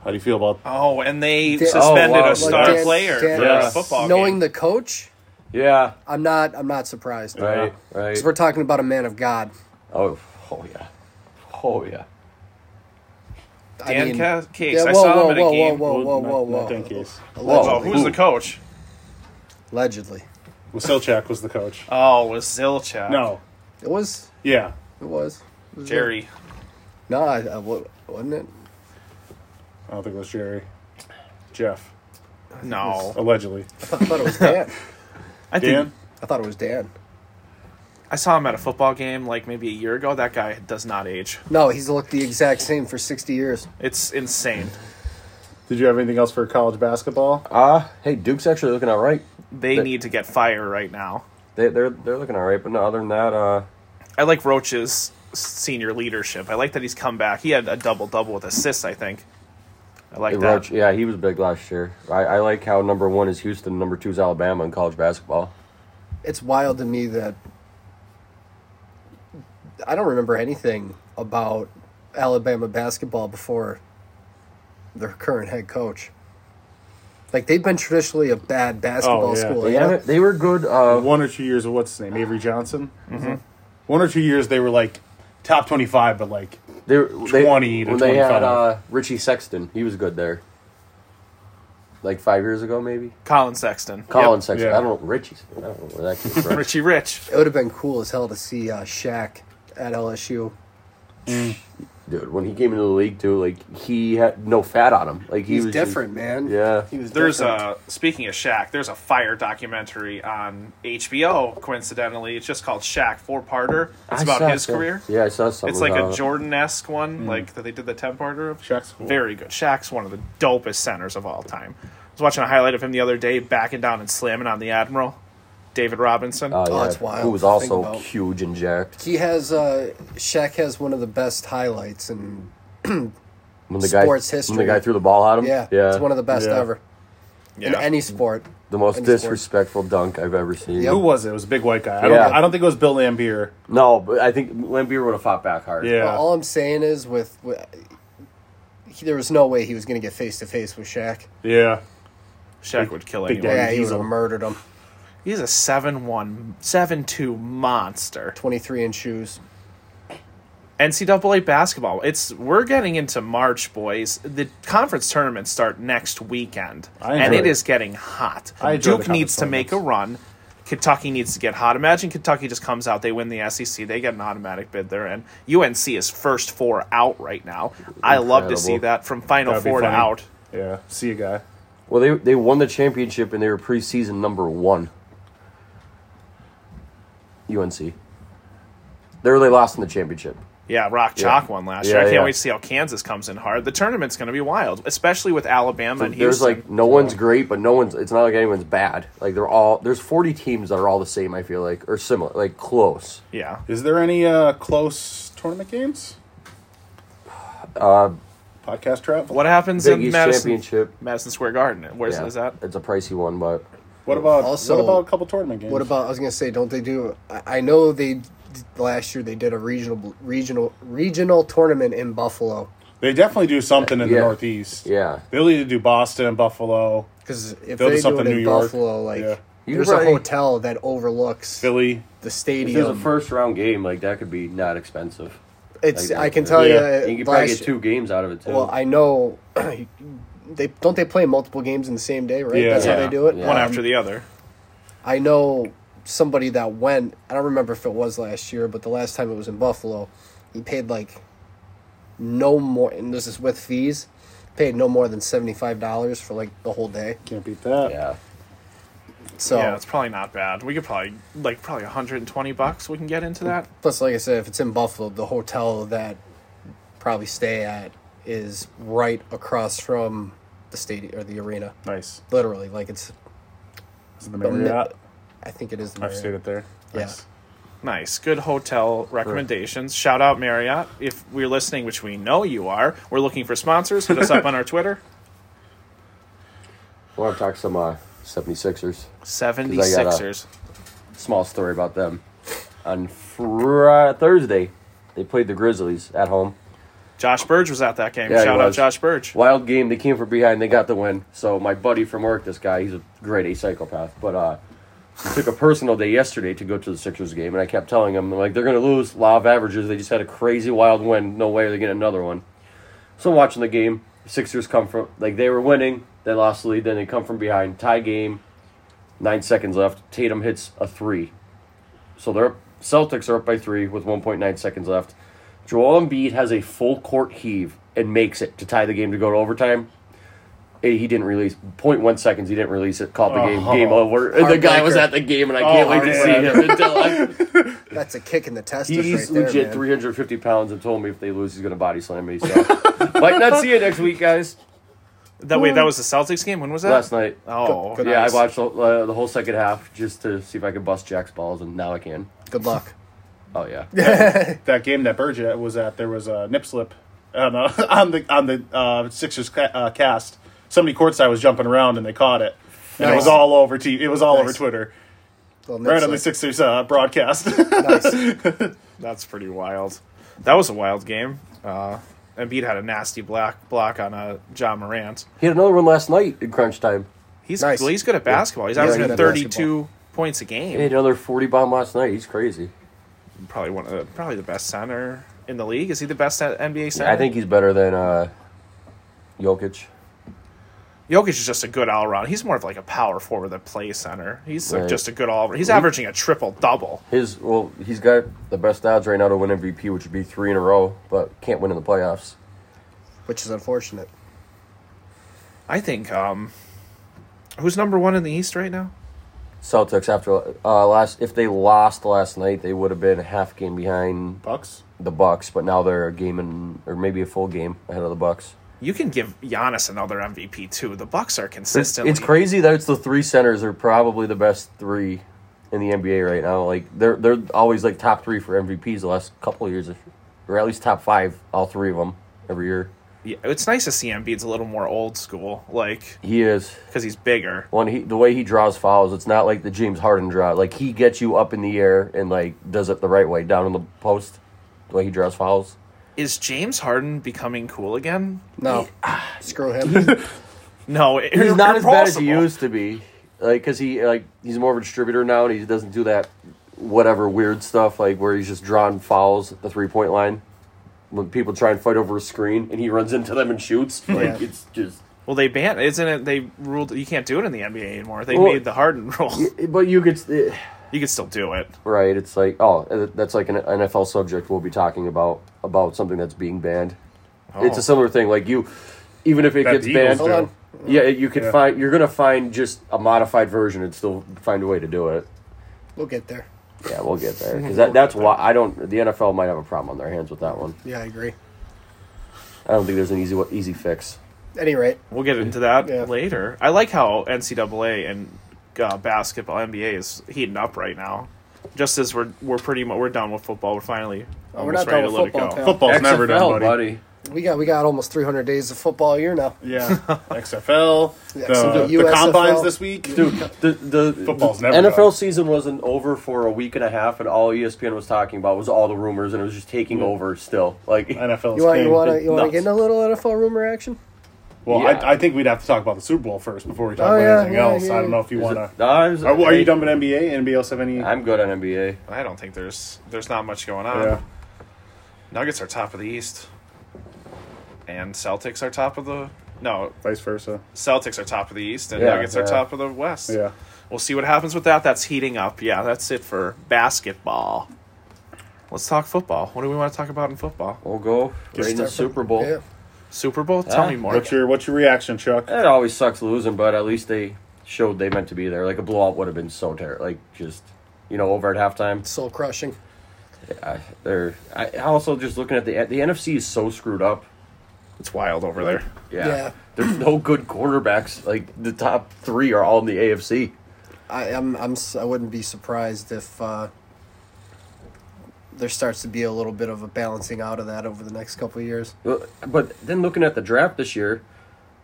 Speaker 4: How do you feel about
Speaker 2: Oh, and they
Speaker 3: Dan-
Speaker 2: suspended
Speaker 5: Oh, wow.
Speaker 2: a star
Speaker 5: Dan-
Speaker 2: player
Speaker 3: Dan-
Speaker 2: for
Speaker 5: Yeah.
Speaker 2: a football
Speaker 3: Knowing
Speaker 2: game.
Speaker 3: the coach,
Speaker 5: Yeah.
Speaker 3: I'm not. I'm not surprised.
Speaker 5: Right.
Speaker 3: Because
Speaker 5: Right.
Speaker 3: we're talking about a man of God.
Speaker 5: Oh. Oh yeah. Oh yeah.
Speaker 3: I
Speaker 2: Dan
Speaker 3: mean-
Speaker 2: Ca- Case.
Speaker 3: Yeah,
Speaker 2: I
Speaker 3: whoa,
Speaker 2: saw
Speaker 3: whoa,
Speaker 2: him at a
Speaker 3: whoa,
Speaker 2: game.
Speaker 3: whoa, whoa,
Speaker 4: Not-
Speaker 3: whoa,
Speaker 4: not
Speaker 3: whoa,
Speaker 4: Dan
Speaker 3: whoa.
Speaker 4: Case.
Speaker 2: Oh,
Speaker 5: Who-
Speaker 2: who's the coach?
Speaker 3: Allegedly,
Speaker 4: Wasilchak was the coach?
Speaker 3: Uh,
Speaker 2: Oh, it was Zilchak.
Speaker 4: No.
Speaker 3: it was.
Speaker 4: Yeah.
Speaker 3: It was. It was
Speaker 2: Jerry.
Speaker 3: No, I, I, wa- wasn't it?
Speaker 4: I don't think it was Jerry. Jeff.
Speaker 2: No,
Speaker 4: Allegedly.
Speaker 3: I thought, I thought it was Dan.
Speaker 2: I think
Speaker 4: Dan?
Speaker 3: I thought it was Dan.
Speaker 2: I saw him at a football game like maybe a year ago. That guy does not age.
Speaker 3: No, he's looked the exact same for sixty years.
Speaker 2: It's insane.
Speaker 4: Did you have anything else for college basketball?
Speaker 5: Uh, hey, Duke's actually looking all right.
Speaker 2: They
Speaker 5: They-
Speaker 2: need to get fire right now.
Speaker 5: They they're they're looking all right. But no, other than that, uh,
Speaker 2: I like Roach's senior leadership. I like that he's come back. He had a double double with assists, I think. I like
Speaker 5: Hey,
Speaker 2: that.
Speaker 5: Roach, yeah, he was big last year. I, I like how number one is Houston, number two is Alabama in college basketball.
Speaker 3: It's wild to me that I don't remember anything about Alabama basketball before their current head coach. Like they've been traditionally a bad basketball
Speaker 4: Oh, yeah.
Speaker 3: school.
Speaker 5: They,
Speaker 3: you know?
Speaker 5: haven't- they were good. Uh,
Speaker 4: One or two years of what's his name? Avery Johnson? Mm-hmm. One or two years they were like top 25, but like
Speaker 5: they, were- they,
Speaker 4: 20 to
Speaker 5: when they had
Speaker 4: 25.
Speaker 5: uh, Richie Sexton, he was good there. Like five years ago, maybe.
Speaker 2: Colin Sexton.
Speaker 5: Colin
Speaker 2: Yep.
Speaker 5: Sexton.
Speaker 4: Yeah.
Speaker 5: I don't know. Richie. I don't know where that came from.
Speaker 2: Richie Rich.
Speaker 3: It would have been cool as hell to see uh, Shaq at LSU.
Speaker 5: Dude, when he came into the league, too, like, he had no fat on him. Like, he
Speaker 3: He's
Speaker 5: was just-
Speaker 3: different, man.
Speaker 5: yeah.
Speaker 3: He was
Speaker 2: There's
Speaker 3: different.
Speaker 2: a speaking of Shaq. There's a fire documentary on HBO. Coincidentally, it's just called Shaq four parter. It's
Speaker 5: I saw
Speaker 2: about his
Speaker 5: some-
Speaker 2: career.
Speaker 5: Yeah, I saw something.
Speaker 2: It's like a
Speaker 5: about Oh, it. Mm.
Speaker 2: Jordan esque one, like that they did the ten parter of.
Speaker 4: Shaq's cool.
Speaker 2: very good. Shaq's one of the dopest centers of all time. I was watching a highlight of him the other day, backing down and slamming on the Admiral. David Robinson.
Speaker 5: Uh,
Speaker 3: Oh, that's wild
Speaker 5: Who was
Speaker 3: to think
Speaker 5: also
Speaker 3: about.
Speaker 5: huge and jacked.
Speaker 3: He has uh, Shaq has one of the best highlights, and
Speaker 5: When the
Speaker 3: Sports
Speaker 5: guy,
Speaker 3: history.
Speaker 5: When the guy threw the ball at him.
Speaker 3: yeah,
Speaker 5: yeah.
Speaker 3: it's one of the best
Speaker 4: Yeah.
Speaker 3: ever in
Speaker 2: Yeah.
Speaker 3: any sport.
Speaker 5: the most
Speaker 3: in sports.
Speaker 5: disrespectful dunk I've ever seen.
Speaker 3: Yep.
Speaker 4: Who was it? It was a big white guy. I don't,
Speaker 5: Yeah.
Speaker 4: I don't think it was Bill Lambier.
Speaker 5: No, but I think Lambeer would have fought back hard.
Speaker 4: Yeah.
Speaker 3: Well, all I'm saying is, with, with he, there was no way he was going to get face to face with Shaq.
Speaker 4: Yeah.
Speaker 2: Shaq would kill
Speaker 4: Big
Speaker 2: anyone.
Speaker 4: Daddy.
Speaker 3: Yeah, he would
Speaker 4: Diesel.
Speaker 3: have murdered him.
Speaker 2: He's a 7-1, 7-2 monster.
Speaker 3: 23 in shoes.
Speaker 2: NCAA basketball. It's we're getting into March, boys. The conference tournaments start next weekend,
Speaker 4: I
Speaker 2: and
Speaker 4: enjoy
Speaker 2: it
Speaker 4: it.
Speaker 2: is getting hot.
Speaker 4: I enjoy the
Speaker 2: Duke
Speaker 4: conference
Speaker 2: needs to make a run. Kentucky needs to get hot. Imagine Kentucky just comes out, they win the SEC, they get an automatic bid. They're in. UNC is first four out right now. I love to see
Speaker 5: Incredible.
Speaker 2: that from Final
Speaker 4: That'd be
Speaker 2: Four to
Speaker 4: funny.
Speaker 2: out.
Speaker 4: Yeah. See you, guy.
Speaker 5: Well, they they won the championship and they were preseason number one. UNC. They really lost in the championship.
Speaker 2: Yeah, Rock Chalk won last
Speaker 5: Yeah,
Speaker 2: year. I can't
Speaker 5: yeah.
Speaker 2: wait to see how Kansas comes in hard. The tournament's going to be wild, especially with Alabama and
Speaker 5: There's
Speaker 2: Houston.
Speaker 5: like no one's great, but no one's. It's not like anyone's bad. Like they're all. There's 40 teams that are all the same. I feel like or similar, like close.
Speaker 2: yeah,
Speaker 4: Is there any uh, close tournament games? Uh, Podcast travel.
Speaker 2: what happens
Speaker 5: Big
Speaker 2: in
Speaker 5: East
Speaker 2: Madison?
Speaker 5: championship.
Speaker 2: Madison Square Garden. Where's
Speaker 5: Yeah, Uh,
Speaker 2: is that?
Speaker 5: It's a pricey one, but
Speaker 4: What about
Speaker 3: Also-
Speaker 4: what about a couple tournament games?
Speaker 3: What about? I was going to say, don't they do? I, I know they d- last year they did a regional regional regional tournament in Buffalo
Speaker 4: they definitely do something in
Speaker 5: Yeah.
Speaker 4: the Northeast.
Speaker 5: yeah.
Speaker 4: They'll either do Boston and Buffalo,
Speaker 3: because if
Speaker 4: They'll do
Speaker 3: they do it
Speaker 4: something
Speaker 3: in
Speaker 4: in New York.
Speaker 3: Buffalo, like
Speaker 4: Yeah.
Speaker 5: You
Speaker 3: there's
Speaker 5: could probably-
Speaker 3: a hotel that overlooks the
Speaker 4: Philly.
Speaker 5: If there's a
Speaker 3: stadium.
Speaker 5: first round game, like that could be not expensive.
Speaker 3: it's
Speaker 5: like,
Speaker 3: I can tell
Speaker 4: Yeah.
Speaker 5: You
Speaker 3: you.
Speaker 5: could probably
Speaker 3: last-
Speaker 5: get two games out of it too.
Speaker 3: Well, I know they don't. They play multiple games in the same day, right?
Speaker 4: Yeah.
Speaker 3: That's how
Speaker 2: Yeah.
Speaker 3: they do it.
Speaker 5: Yeah.
Speaker 2: one
Speaker 5: Um,
Speaker 2: after the other.
Speaker 3: I know somebody that went. I don't remember if it was last year, but the last time it was in Buffalo, he paid like no more, and this is with fees. Paid no more than seventy five dollars for like the whole day.
Speaker 4: Can't beat that.
Speaker 5: yeah.
Speaker 3: So
Speaker 2: Yeah, it's probably not bad. We could probably like probably 120 bucks. We can get into that.
Speaker 3: plus, like I said, if it's in Buffalo, the hotel that probably stay at is right across from the stadium or the arena.
Speaker 4: Nice.
Speaker 3: Literally, like it's.
Speaker 4: Is it the
Speaker 3: mi-
Speaker 4: Marriott?
Speaker 3: I think it is. The
Speaker 4: I've
Speaker 3: Marriott.
Speaker 4: stayed it there.
Speaker 3: Yeah.
Speaker 4: Nice.
Speaker 2: Nice, good hotel recommendations. Shout out Marriott if we're listening, which we know you are. We're looking for sponsors. Hit us up on our Twitter.
Speaker 5: I want to talk some uh, 76ers.
Speaker 2: 76ers.
Speaker 5: Small story about them. On fr- Thursday, they played the Grizzlies at home.
Speaker 2: Josh Burge was at that game.
Speaker 5: Yeah, he
Speaker 2: Shout out
Speaker 5: was.
Speaker 2: Josh Burge.
Speaker 5: Wild game. They came from behind. They got the win. So my buddy from work, this guy, he's a grade A psychopath, but uh, took a personal day yesterday to go to the Sixers game, and I kept telling him, like, they're gonna lose. Law of averages. They just had a crazy wild win. No way are they getting another one. So I'm watching the game. Sixers come from like they were winning. They lost the lead. Then they come from behind. Tie game. Nine seconds left. Tatum hits a three. So they're Celtics are up by three with 1.9 seconds left. Joel Embiid has a full court heave and makes it to tie the game to go to overtime. Eh, He didn't release 0.1 seconds. He didn't release it. Called the game.
Speaker 4: Oh.
Speaker 5: game over. And the guy was
Speaker 3: Heartbreaker.
Speaker 5: at the game, and I can't wait to see him. Until I,
Speaker 3: That's a kick in the testes right
Speaker 5: he's
Speaker 3: there,
Speaker 5: legit
Speaker 3: man.
Speaker 5: 350 pounds and told me if they lose, he's going to body slam me. So might not see you next week, guys.
Speaker 2: That wait, that was the Celtics game. When was that?
Speaker 5: Last night.
Speaker 2: Oh,
Speaker 3: Good- good
Speaker 5: Yeah, I
Speaker 3: Nice.
Speaker 5: watched the, uh, the whole second half just to see if I could bust Jack's balls, and now I can.
Speaker 3: Good luck.
Speaker 5: Oh yeah,
Speaker 4: That game that Burge was at, there was a nip slip on, uh, on the on the uh, Sixers ca- uh, cast. Somebody courtside was jumping around and they caught it, and it
Speaker 3: Nice.
Speaker 4: was all over. T- it was all over
Speaker 3: Nice.
Speaker 4: Twitter.
Speaker 3: Little
Speaker 4: Right on the
Speaker 3: nip slip.
Speaker 4: Sixers uh, broadcast.
Speaker 3: Nice.
Speaker 2: that's pretty wild. That was a wild game. Uh, Embiid had a nasty black block on uh, John Morant.
Speaker 5: he had another one last night in crunch time.
Speaker 2: He's
Speaker 3: Nice.
Speaker 2: well, he's good at basketball. He's
Speaker 3: Yeah, he's
Speaker 2: averaging
Speaker 3: good at
Speaker 2: 32 points a
Speaker 5: He
Speaker 2: game.
Speaker 5: had another 40 bomb last night. He's crazy.
Speaker 2: probably one of the, probably the best center in the league. Is he the best at NBA center?
Speaker 5: I think he's better than uh, Jokic.
Speaker 2: Jokic is just a good all around. He's more of like a power forward that plays center. He's like
Speaker 5: Right.
Speaker 2: just a good all. He's averaging a triple double.
Speaker 5: His well, he's got the best odds right now to win MVP, which would be three in a row, but can't win in the playoffs.
Speaker 3: Which is unfortunate.
Speaker 2: I think. um Who's number one in the East right now?
Speaker 5: Celtics after uh, last, if they lost last night, they would have been a half game behind
Speaker 4: Bucks.
Speaker 5: the Bucks, but now they're a game and or maybe a full game ahead of the Bucks.
Speaker 2: You can give Giannis another MVP too. The Bucks are
Speaker 5: It's,
Speaker 2: consistently.
Speaker 5: it's crazy that it's the three centers are probably the best three in the NBA right now. Like they're they're always like top three for MVPs the last couple of years, or at least top five, all three of them every year.
Speaker 2: Yeah, it's nice to see Embiid's a little more old school, like
Speaker 5: He is
Speaker 2: because he's bigger.
Speaker 5: when he the way he draws fouls. It's not like the James Harden draw. Like he gets you up in the air and like does it the right way down in the post. The way he draws fouls.
Speaker 2: Is James Harden becoming cool again?
Speaker 3: No, ah, screw him.
Speaker 2: No, it-
Speaker 5: he's not as bad as
Speaker 2: impossible.
Speaker 5: he used to be. Like, cause he like he's more of a distributor now, and he doesn't do that whatever weird stuff like where he's just drawing fouls at the three point line when people try and fight over a screen, and he runs into them and shoots. Like
Speaker 3: Yeah.
Speaker 5: it's just.
Speaker 2: Well, they banned, isn't it? They ruled you can't do it in the NBA anymore. They
Speaker 5: Well-
Speaker 2: made the Harden rule.
Speaker 5: But you could eh,
Speaker 2: You can still do it.
Speaker 5: right. It's like oh, eh, that's like an NFL subject we'll be talking about about something that's being banned. It's a similar thing. Like you, even if it
Speaker 4: Oh. That
Speaker 5: gets
Speaker 4: the Eagles
Speaker 5: banned,
Speaker 3: Hold on.
Speaker 5: yeah, you can find you're gonna find just a modified version and still find a way to do it.
Speaker 3: We'll get there.
Speaker 5: Yeah, we'll get there because that, that's why I don't. The NFL might have a problem on their hands with that one.
Speaker 3: Yeah, I agree.
Speaker 5: I don't think there's an easy wa- easy fix.
Speaker 3: At any rate,
Speaker 2: We'll get into that
Speaker 3: Yeah.
Speaker 2: later. I like how NCAA and uh, basketball NBA is heating up right now. Just as we're we're pretty mu we're done with football, we're finally
Speaker 3: Oh, we're
Speaker 2: almost
Speaker 3: not
Speaker 2: ready
Speaker 3: done
Speaker 2: to
Speaker 3: with
Speaker 2: let it
Speaker 3: football,
Speaker 2: go.
Speaker 3: pal.
Speaker 4: Football's never done, buddy.
Speaker 3: we got we got almost 300 days of football a year now.
Speaker 4: Yeah, XFL,
Speaker 3: Yeah, some
Speaker 4: the,
Speaker 3: of the
Speaker 4: the
Speaker 3: USFL.
Speaker 4: combines this week.
Speaker 5: dude. The the
Speaker 4: Football's
Speaker 5: the
Speaker 4: never
Speaker 5: NFL
Speaker 4: done.
Speaker 5: season wasn't over for a week and a half, and all E ESPN was talking about was all the rumors, and it was just taking
Speaker 4: Mm.
Speaker 5: over. Still, like
Speaker 4: NFL.
Speaker 3: You want you want to
Speaker 5: been
Speaker 3: you want to
Speaker 5: nuts.
Speaker 3: get in a little NFL rumor action?
Speaker 4: Well,
Speaker 5: Yeah.
Speaker 4: I, I think we'd have to talk about the Super Bowl first before we talk
Speaker 3: Oh,
Speaker 4: about
Speaker 3: yeah,
Speaker 4: anything
Speaker 3: yeah,
Speaker 4: else.
Speaker 3: yeah.
Speaker 4: I don't know if you
Speaker 5: Is it-
Speaker 4: want to.
Speaker 5: no, I was-
Speaker 4: Are, are
Speaker 5: hey,
Speaker 4: you done with NBA? Anybody else have any?
Speaker 5: I'm good on NBA.
Speaker 2: I don't think there's there's not much going on.
Speaker 4: yeah.
Speaker 2: Nuggets are top of the East, and Celtics are top of the no.
Speaker 4: Vice versa.
Speaker 2: Celtics are top of the East, and
Speaker 5: Yeah,
Speaker 2: Nuggets
Speaker 5: yeah.
Speaker 2: are top of the West.
Speaker 4: Yeah.
Speaker 2: We'll see what happens with that. That's heating up. Yeah, that's it for basketball. Let's talk football. What do we want to talk about in football?
Speaker 5: We'll go right in the
Speaker 3: Start from-
Speaker 5: Super Bowl.
Speaker 3: Yeah.
Speaker 2: Super Bowl? Tell
Speaker 5: Ah,
Speaker 2: me more.
Speaker 4: Uh, What's your What's your reaction, Chuck?
Speaker 5: It always sucks losing, but at least they showed they meant to be there. Like a blowout would have been so terrible. Like just you know over at halftime.
Speaker 3: Soul crushing.
Speaker 5: I, they're I I also just looking at the the NFC is so screwed up.
Speaker 2: It's wild over there.
Speaker 5: Yeah.
Speaker 3: Yeah.
Speaker 5: There's no good quarterbacks. Like the top three are all in the AFC.
Speaker 3: I, I'm, I'm, s- I wouldn't be surprised if uh, there starts to be a little bit of a balancing out of that over the next couple of years.
Speaker 5: Well, But then looking at the draft this year,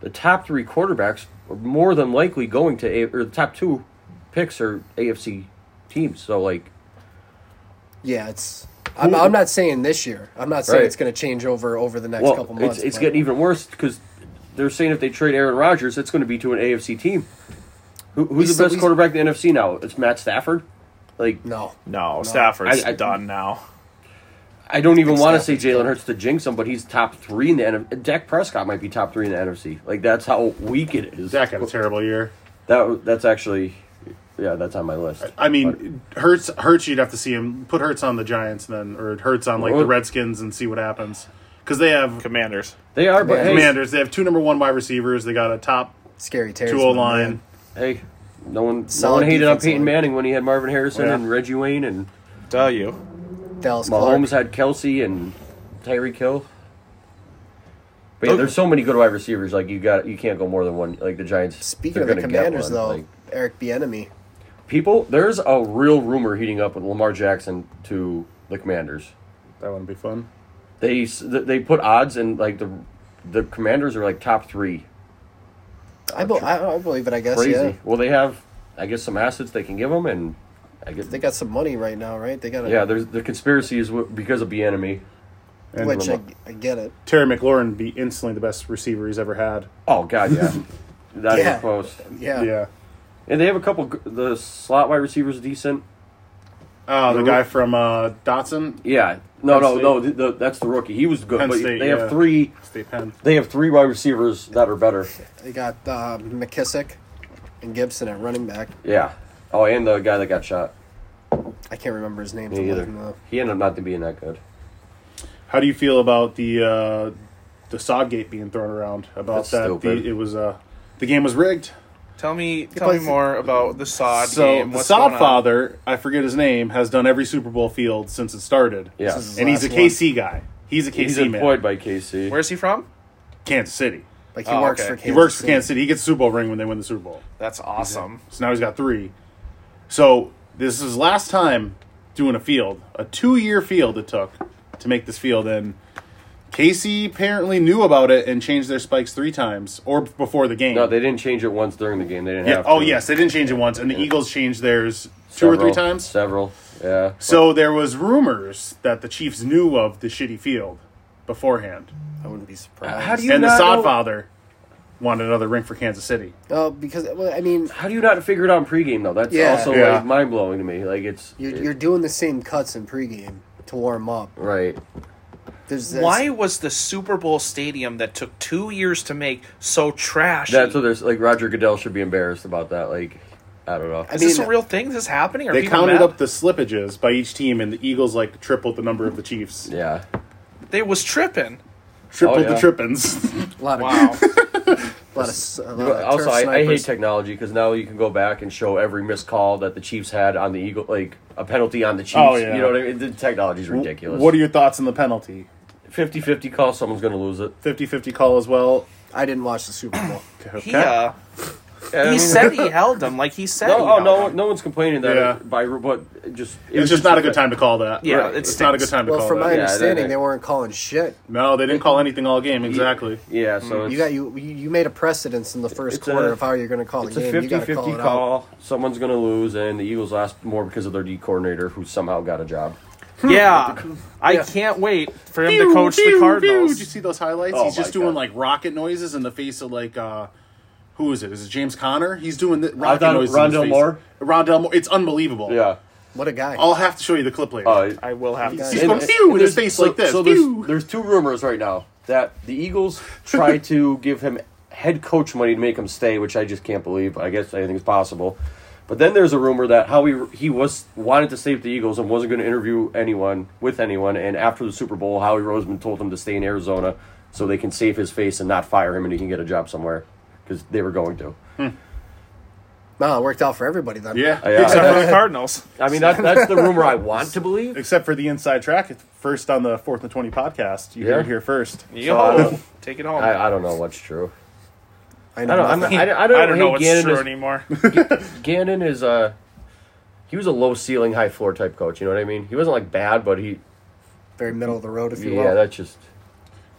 Speaker 5: the top three quarterbacks are more than likely going to a or the top two picks are AFC teams. So like
Speaker 3: Yeah, it's. I'm, I'm not saying this year. I'm not saying
Speaker 5: Right.
Speaker 3: it's going to change over over the next
Speaker 5: well,
Speaker 3: couple months.
Speaker 5: it's it's
Speaker 3: but
Speaker 5: getting even worse because they're saying if they trade Aaron Rodgers, it's going to be to an AFC team. Who, who's
Speaker 3: We
Speaker 5: the
Speaker 3: still-
Speaker 5: best
Speaker 3: we-
Speaker 5: quarterback in the NFC now? It's Matt Stafford. Like
Speaker 3: no.
Speaker 2: No, Stafford's
Speaker 5: I- I-
Speaker 2: done now.
Speaker 5: I don't even
Speaker 3: think
Speaker 5: want to say
Speaker 3: Stafford's
Speaker 5: Jalen Hurts to jinx him, but he's top three in the NFC. Dak Prescott might be top three in the NFC. Like that's how weak it is.
Speaker 4: Zach had a terrible year.
Speaker 5: That that's actually, yeah, that's on my list.
Speaker 4: I mean, Hurts. Hurts. You'd have to see him put Hurts on the Giants, and then or Hurts on like
Speaker 5: Well-
Speaker 4: the Redskins, and see what happens because they have
Speaker 2: Commanders.
Speaker 5: They are, but hey,
Speaker 4: commanders. They have two number one wide receivers. They got a top
Speaker 3: Scary Terry.
Speaker 4: two O line.
Speaker 5: hey, no one, no
Speaker 3: Solid
Speaker 5: one hated on
Speaker 3: defensive
Speaker 5: Peyton
Speaker 3: line.
Speaker 5: Manning when he had Marvin Harrison
Speaker 4: Yeah.
Speaker 5: and Reggie Wayne and
Speaker 2: Tell you.
Speaker 3: Dallas Clark.
Speaker 5: Mahomes had Kelsey and Tyreek Hill. But yeah, there's so many good wide receivers. Like you got, you can't go more than one. Like the Giants.
Speaker 3: Speaking
Speaker 5: they're
Speaker 3: of the
Speaker 5: gonna get
Speaker 3: Commanders,
Speaker 5: one.
Speaker 3: though,
Speaker 5: Like,
Speaker 3: Eric Bieniemy.
Speaker 5: people, there's a real rumor heating up with Lamar Jackson to the Commanders.
Speaker 4: That wouldn't be fun.
Speaker 5: they s- th- they put odds and like the the commanders are like top three
Speaker 3: I, be, I, I believe it. I guess.
Speaker 5: crazy
Speaker 3: Yeah.
Speaker 5: well they have i guess some assets they can give them and i guess
Speaker 3: They got some money right now, right? They got a,
Speaker 5: yeah there's the conspiracy is w- because of the enemy
Speaker 4: And
Speaker 3: which I, I get it.
Speaker 4: Terry McLaurin be instantly the best receiver he's ever had.
Speaker 5: oh god yeah that is
Speaker 3: Yeah.
Speaker 5: a post
Speaker 3: Yeah.
Speaker 4: Yeah.
Speaker 5: and they have a couple g- the slot wide receivers decent
Speaker 4: Oh, the
Speaker 5: The
Speaker 4: guy
Speaker 5: rook-
Speaker 4: from uh, Dotson,
Speaker 5: yeah no
Speaker 4: Penn
Speaker 5: no
Speaker 4: State.
Speaker 5: no th the, that's the rookie he was good
Speaker 4: Penn
Speaker 5: but
Speaker 4: State,
Speaker 5: they
Speaker 4: yeah.
Speaker 5: have three
Speaker 4: State Penn.
Speaker 5: they have three wide receivers that are better
Speaker 3: They got uh, McKissick and Gibson at running back.
Speaker 5: yeah oh and the guy that got shot
Speaker 3: I can't remember his name.
Speaker 5: me either he ended up not being that good
Speaker 4: How do you feel about the uh, the Sodgate being thrown around about
Speaker 5: That's
Speaker 4: that?
Speaker 5: stupid.
Speaker 4: The, it was uh, the game was rigged.
Speaker 2: Tell me tell me
Speaker 3: plays-
Speaker 2: more about the sod
Speaker 4: so
Speaker 2: game.
Speaker 4: the
Speaker 2: What's
Speaker 4: Sod
Speaker 2: going on?
Speaker 4: father, I forget his name, has done every Super Bowl field since it started.
Speaker 5: yeah
Speaker 3: This is-
Speaker 4: and he's a
Speaker 3: Last one.
Speaker 4: KC guy. He's a KC
Speaker 5: he's
Speaker 4: man.
Speaker 5: employed by kc
Speaker 2: Where's he from?
Speaker 4: Kansas City.
Speaker 3: Like he
Speaker 2: Oh,
Speaker 3: works
Speaker 2: okay.
Speaker 3: for
Speaker 2: He
Speaker 3: Kansas
Speaker 4: He works for
Speaker 3: City.
Speaker 4: Kansas City. He gets a Super Bowl ring when they win the Super Bowl.
Speaker 2: That's awesome.
Speaker 4: So now he's got three. So This is his last time doing a field, a two year field it took to make this field. And Casey apparently knew about it and changed their spikes three times or b- before the game.
Speaker 5: No, they didn't change it once during the game. They didn't
Speaker 4: yeah.
Speaker 5: have.
Speaker 4: Oh,
Speaker 5: to.
Speaker 4: yes, they didn't change it once. And the Eagles changed theirs two or three
Speaker 5: Several-
Speaker 4: times.
Speaker 5: Several. Yeah.
Speaker 4: So there was rumors that the Chiefs knew of the shitty field beforehand,
Speaker 3: I wouldn't be surprised.
Speaker 5: Uh, how do you
Speaker 4: and the
Speaker 5: not know-
Speaker 4: Sodfather wanted another ring for Kansas City.
Speaker 3: Oh, because well, I mean,
Speaker 5: How do you not figure it out in pregame though? That's
Speaker 3: Yeah.
Speaker 5: also
Speaker 4: Yeah.
Speaker 5: like mind blowing to me. Like it's
Speaker 3: you're,
Speaker 5: it-
Speaker 3: you're doing the same cuts in pregame to warm up.
Speaker 5: right.
Speaker 3: There's this,
Speaker 2: Why was the Super Bowl stadium that took two years to make so trash?
Speaker 5: That's what there's like. Roger Goodell should be embarrassed about that. Like, I don't know.
Speaker 3: I
Speaker 2: Is
Speaker 3: mean,
Speaker 2: this a real thing? Is this happening? Are
Speaker 4: They
Speaker 2: people
Speaker 4: counted
Speaker 2: mad?
Speaker 4: up the slippages by each team, and the Eagles like tripled the number of the Chiefs,
Speaker 5: Yeah.
Speaker 2: They was tripping.
Speaker 4: tripled
Speaker 5: Oh, yeah.
Speaker 4: the trippins.
Speaker 3: a lot of
Speaker 2: Wow.
Speaker 3: a lot of, s- a lot
Speaker 5: But
Speaker 3: of
Speaker 5: also,
Speaker 3: turf
Speaker 5: I, I hate
Speaker 3: snipers.
Speaker 5: technology because now you can go back and show every missed call that the Chiefs had on the Eagle, like a penalty on the Chiefs.
Speaker 4: Oh, yeah.
Speaker 5: You know what I mean? The technology's ridiculous.
Speaker 4: what are your thoughts on the penalty?
Speaker 5: 50 50 call? Someone's going to lose it.
Speaker 4: 50-50 call as well.
Speaker 3: I didn't watch the Super Bowl.
Speaker 4: Okay.
Speaker 2: He, uh,
Speaker 5: I
Speaker 2: he
Speaker 5: mean-
Speaker 2: said he held him. Like he said.
Speaker 5: No,
Speaker 2: he
Speaker 5: oh,
Speaker 2: held
Speaker 5: no,
Speaker 2: him.
Speaker 5: no one's complaining that
Speaker 4: Yeah.
Speaker 5: by but just it
Speaker 4: it's
Speaker 5: was
Speaker 4: just not a good time to call that.
Speaker 2: Yeah, it
Speaker 4: it's not a good
Speaker 2: stinks.
Speaker 4: time to
Speaker 3: Well,
Speaker 4: call
Speaker 3: from my
Speaker 4: that.
Speaker 5: Yeah, they-
Speaker 3: understanding,
Speaker 5: they-
Speaker 3: they weren't calling shit.
Speaker 4: No, they didn't call anything all game. Exactly.
Speaker 5: Yeah, so
Speaker 3: Mm. You
Speaker 5: it's,
Speaker 3: got you you you made a precedence in the first
Speaker 5: It's
Speaker 3: quarter
Speaker 5: a-
Speaker 3: of how you're going to call
Speaker 5: it's
Speaker 3: the
Speaker 5: a
Speaker 3: game. you
Speaker 5: 50
Speaker 3: got to
Speaker 5: 50
Speaker 3: call
Speaker 5: call.
Speaker 3: it out.
Speaker 5: Someone's going to lose, and the Eagles lost more because of their D coordinator who somehow got a job.
Speaker 2: Yeah, I
Speaker 3: Yeah.
Speaker 2: can't wait for him to coach the
Speaker 4: Did you
Speaker 2: Cardinals.
Speaker 4: see those highlights?
Speaker 5: Oh
Speaker 4: He's just
Speaker 5: my
Speaker 4: doing
Speaker 5: God.
Speaker 4: like rocket noises in the face of like uh who is it? Is it James Conner? He's doing the rocket
Speaker 5: thought it was
Speaker 4: noises. in his
Speaker 5: Rondell
Speaker 4: face.
Speaker 5: Moore.
Speaker 4: Rondell Moore. It's unbelievable.
Speaker 5: Yeah.
Speaker 3: What a guy!
Speaker 4: I'll have to show you the clip later.
Speaker 5: Uh,
Speaker 2: I will have to.
Speaker 4: He's
Speaker 3: and-
Speaker 4: going pew with his face
Speaker 5: so,
Speaker 4: like this.
Speaker 5: So
Speaker 4: Pew.
Speaker 5: there's, there's two rumors right now that the Eagles try to give him head coach money to make him stay, which I just can't believe. I guess anything's possible. But then there's a rumor that how he he was wanted to stay with the Eagles and wasn't going to interview anyone with anyone. And after the Super Bowl, Howie Roseman told him to stay in Arizona so they can save his face and not fire him, and he can get a job somewhere because they were going to.
Speaker 3: Wow, it worked out for everybody then.
Speaker 4: yeah.
Speaker 5: yeah.
Speaker 4: Except,
Speaker 2: Except for the Cardinals.
Speaker 5: I mean, that, that's the rumor I want to believe.
Speaker 4: except for the inside track, it's first on the fourth and twenty podcast. You
Speaker 5: Yeah.
Speaker 4: hear it here first.
Speaker 2: Yo, take it home.
Speaker 5: I, I don't know what's true.
Speaker 3: I
Speaker 5: I
Speaker 3: know.
Speaker 5: don't. I'm,
Speaker 3: nothing.
Speaker 5: not- I, don't- I
Speaker 2: I don't,
Speaker 5: don't,
Speaker 2: know
Speaker 5: hate
Speaker 2: what's
Speaker 5: Gannon
Speaker 2: true
Speaker 5: as-
Speaker 2: anymore.
Speaker 5: Gannon is a he was a low ceiling, high floor type coach. You know what I mean? He wasn't like bad, but he
Speaker 3: Very middle of the road, if you
Speaker 5: yeah,
Speaker 3: will.
Speaker 5: that's just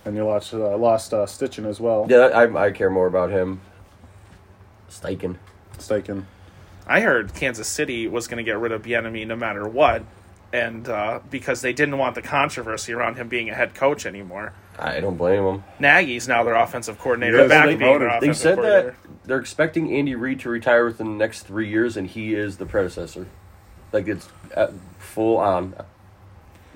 Speaker 4: And you lost uh, lost uh, Stitching as well.
Speaker 5: yeah. I I care more about him. Steichen.
Speaker 4: Steichen.
Speaker 2: I heard Kansas City was going to get rid of Bienemy no matter what, and uh, because they didn't want the controversy around him being a head coach anymore.
Speaker 5: I don't blame him.
Speaker 2: Nagy's now their offensive coordinator.
Speaker 4: Yes,
Speaker 2: back
Speaker 4: they
Speaker 2: being their
Speaker 4: voted.
Speaker 5: They
Speaker 2: offensive
Speaker 5: said that
Speaker 2: coordinator.
Speaker 5: they're expecting Andy Reid to retire within the next three years, and he is the predecessor. Like it's uh, full on.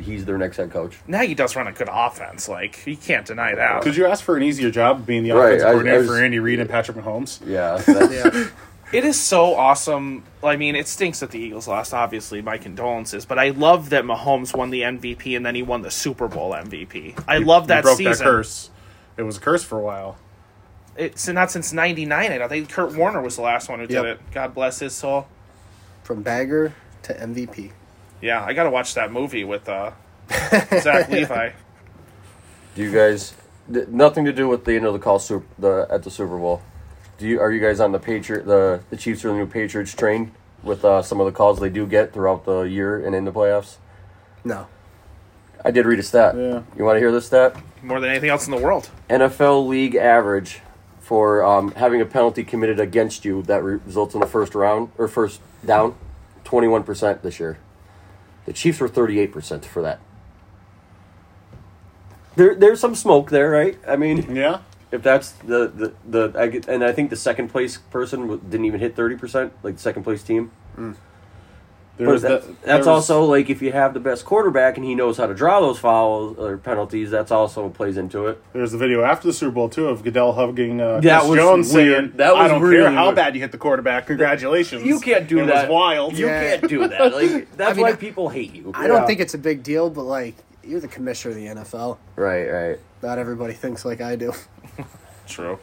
Speaker 5: He's their next head coach.
Speaker 2: Nagy does run a good offense. Like you can't deny that.
Speaker 4: Could you ask for an easier job being the
Speaker 5: Right,
Speaker 4: offensive
Speaker 5: I- I
Speaker 4: coordinator
Speaker 5: was-
Speaker 4: for Andy Reid and Patrick Mahomes?
Speaker 5: Yeah, that's,
Speaker 3: yeah.
Speaker 2: It is so awesome. I mean, it stinks that the Eagles lost. Obviously, my condolences. But I love that Mahomes won the MVP and then he won the Super Bowl MVP. I love
Speaker 4: He
Speaker 2: that
Speaker 4: broke
Speaker 2: season.
Speaker 4: that curse. It was a curse for a while.
Speaker 2: It's not since '99. I think Kurt Warner was the last one who
Speaker 3: Yep.
Speaker 2: did it. God bless his soul.
Speaker 3: From bagger to MVP.
Speaker 2: Yeah, I gotta watch that movie with uh, Zach Levi.
Speaker 5: Do you guys th- nothing to do with the end of the call super, the at the Super Bowl? Do you are you guys on the Patriot the the Chiefs are the new Patriots train with uh, some of the calls they do get throughout the year and in the playoffs?
Speaker 3: No.
Speaker 5: I did read a stat.
Speaker 4: Yeah.
Speaker 5: You want to hear this stat?
Speaker 2: More than anything else in the world.
Speaker 5: NFL league average for um, having a penalty committed against you that re- results in a first round or first down, twenty one percent this year. The Chiefs were thirty eight percent for that. There, there's some smoke there, right? I mean,
Speaker 4: Yeah.
Speaker 5: if that's the the, the I get, and I think the second place person w- didn't even hit thirty percent, like the second place team.
Speaker 4: There
Speaker 5: But
Speaker 4: was
Speaker 5: that,
Speaker 4: that- there was-
Speaker 5: that's also like if you have the best quarterback and he knows how to draw those fouls or penalties, that's also plays into it.
Speaker 4: There's the video after the Super Bowl too of Goodell hugging uh,
Speaker 5: That
Speaker 4: Chris
Speaker 5: was
Speaker 4: Jones
Speaker 5: weird.
Speaker 4: saying,
Speaker 5: That was
Speaker 4: "I don't
Speaker 5: really
Speaker 4: care how
Speaker 5: weird.
Speaker 4: bad you hit the quarterback. Congratulations,
Speaker 5: You can't do
Speaker 4: it
Speaker 5: that.
Speaker 4: Was wild.
Speaker 5: You
Speaker 3: Yeah.
Speaker 5: can't do that. Like that's
Speaker 3: I mean,
Speaker 5: why
Speaker 3: I-
Speaker 5: people hate you.
Speaker 3: I don't think it's a big deal, but like you're the commissioner of the NFL.
Speaker 5: Right, right.
Speaker 3: Not everybody thinks like I do.
Speaker 2: True.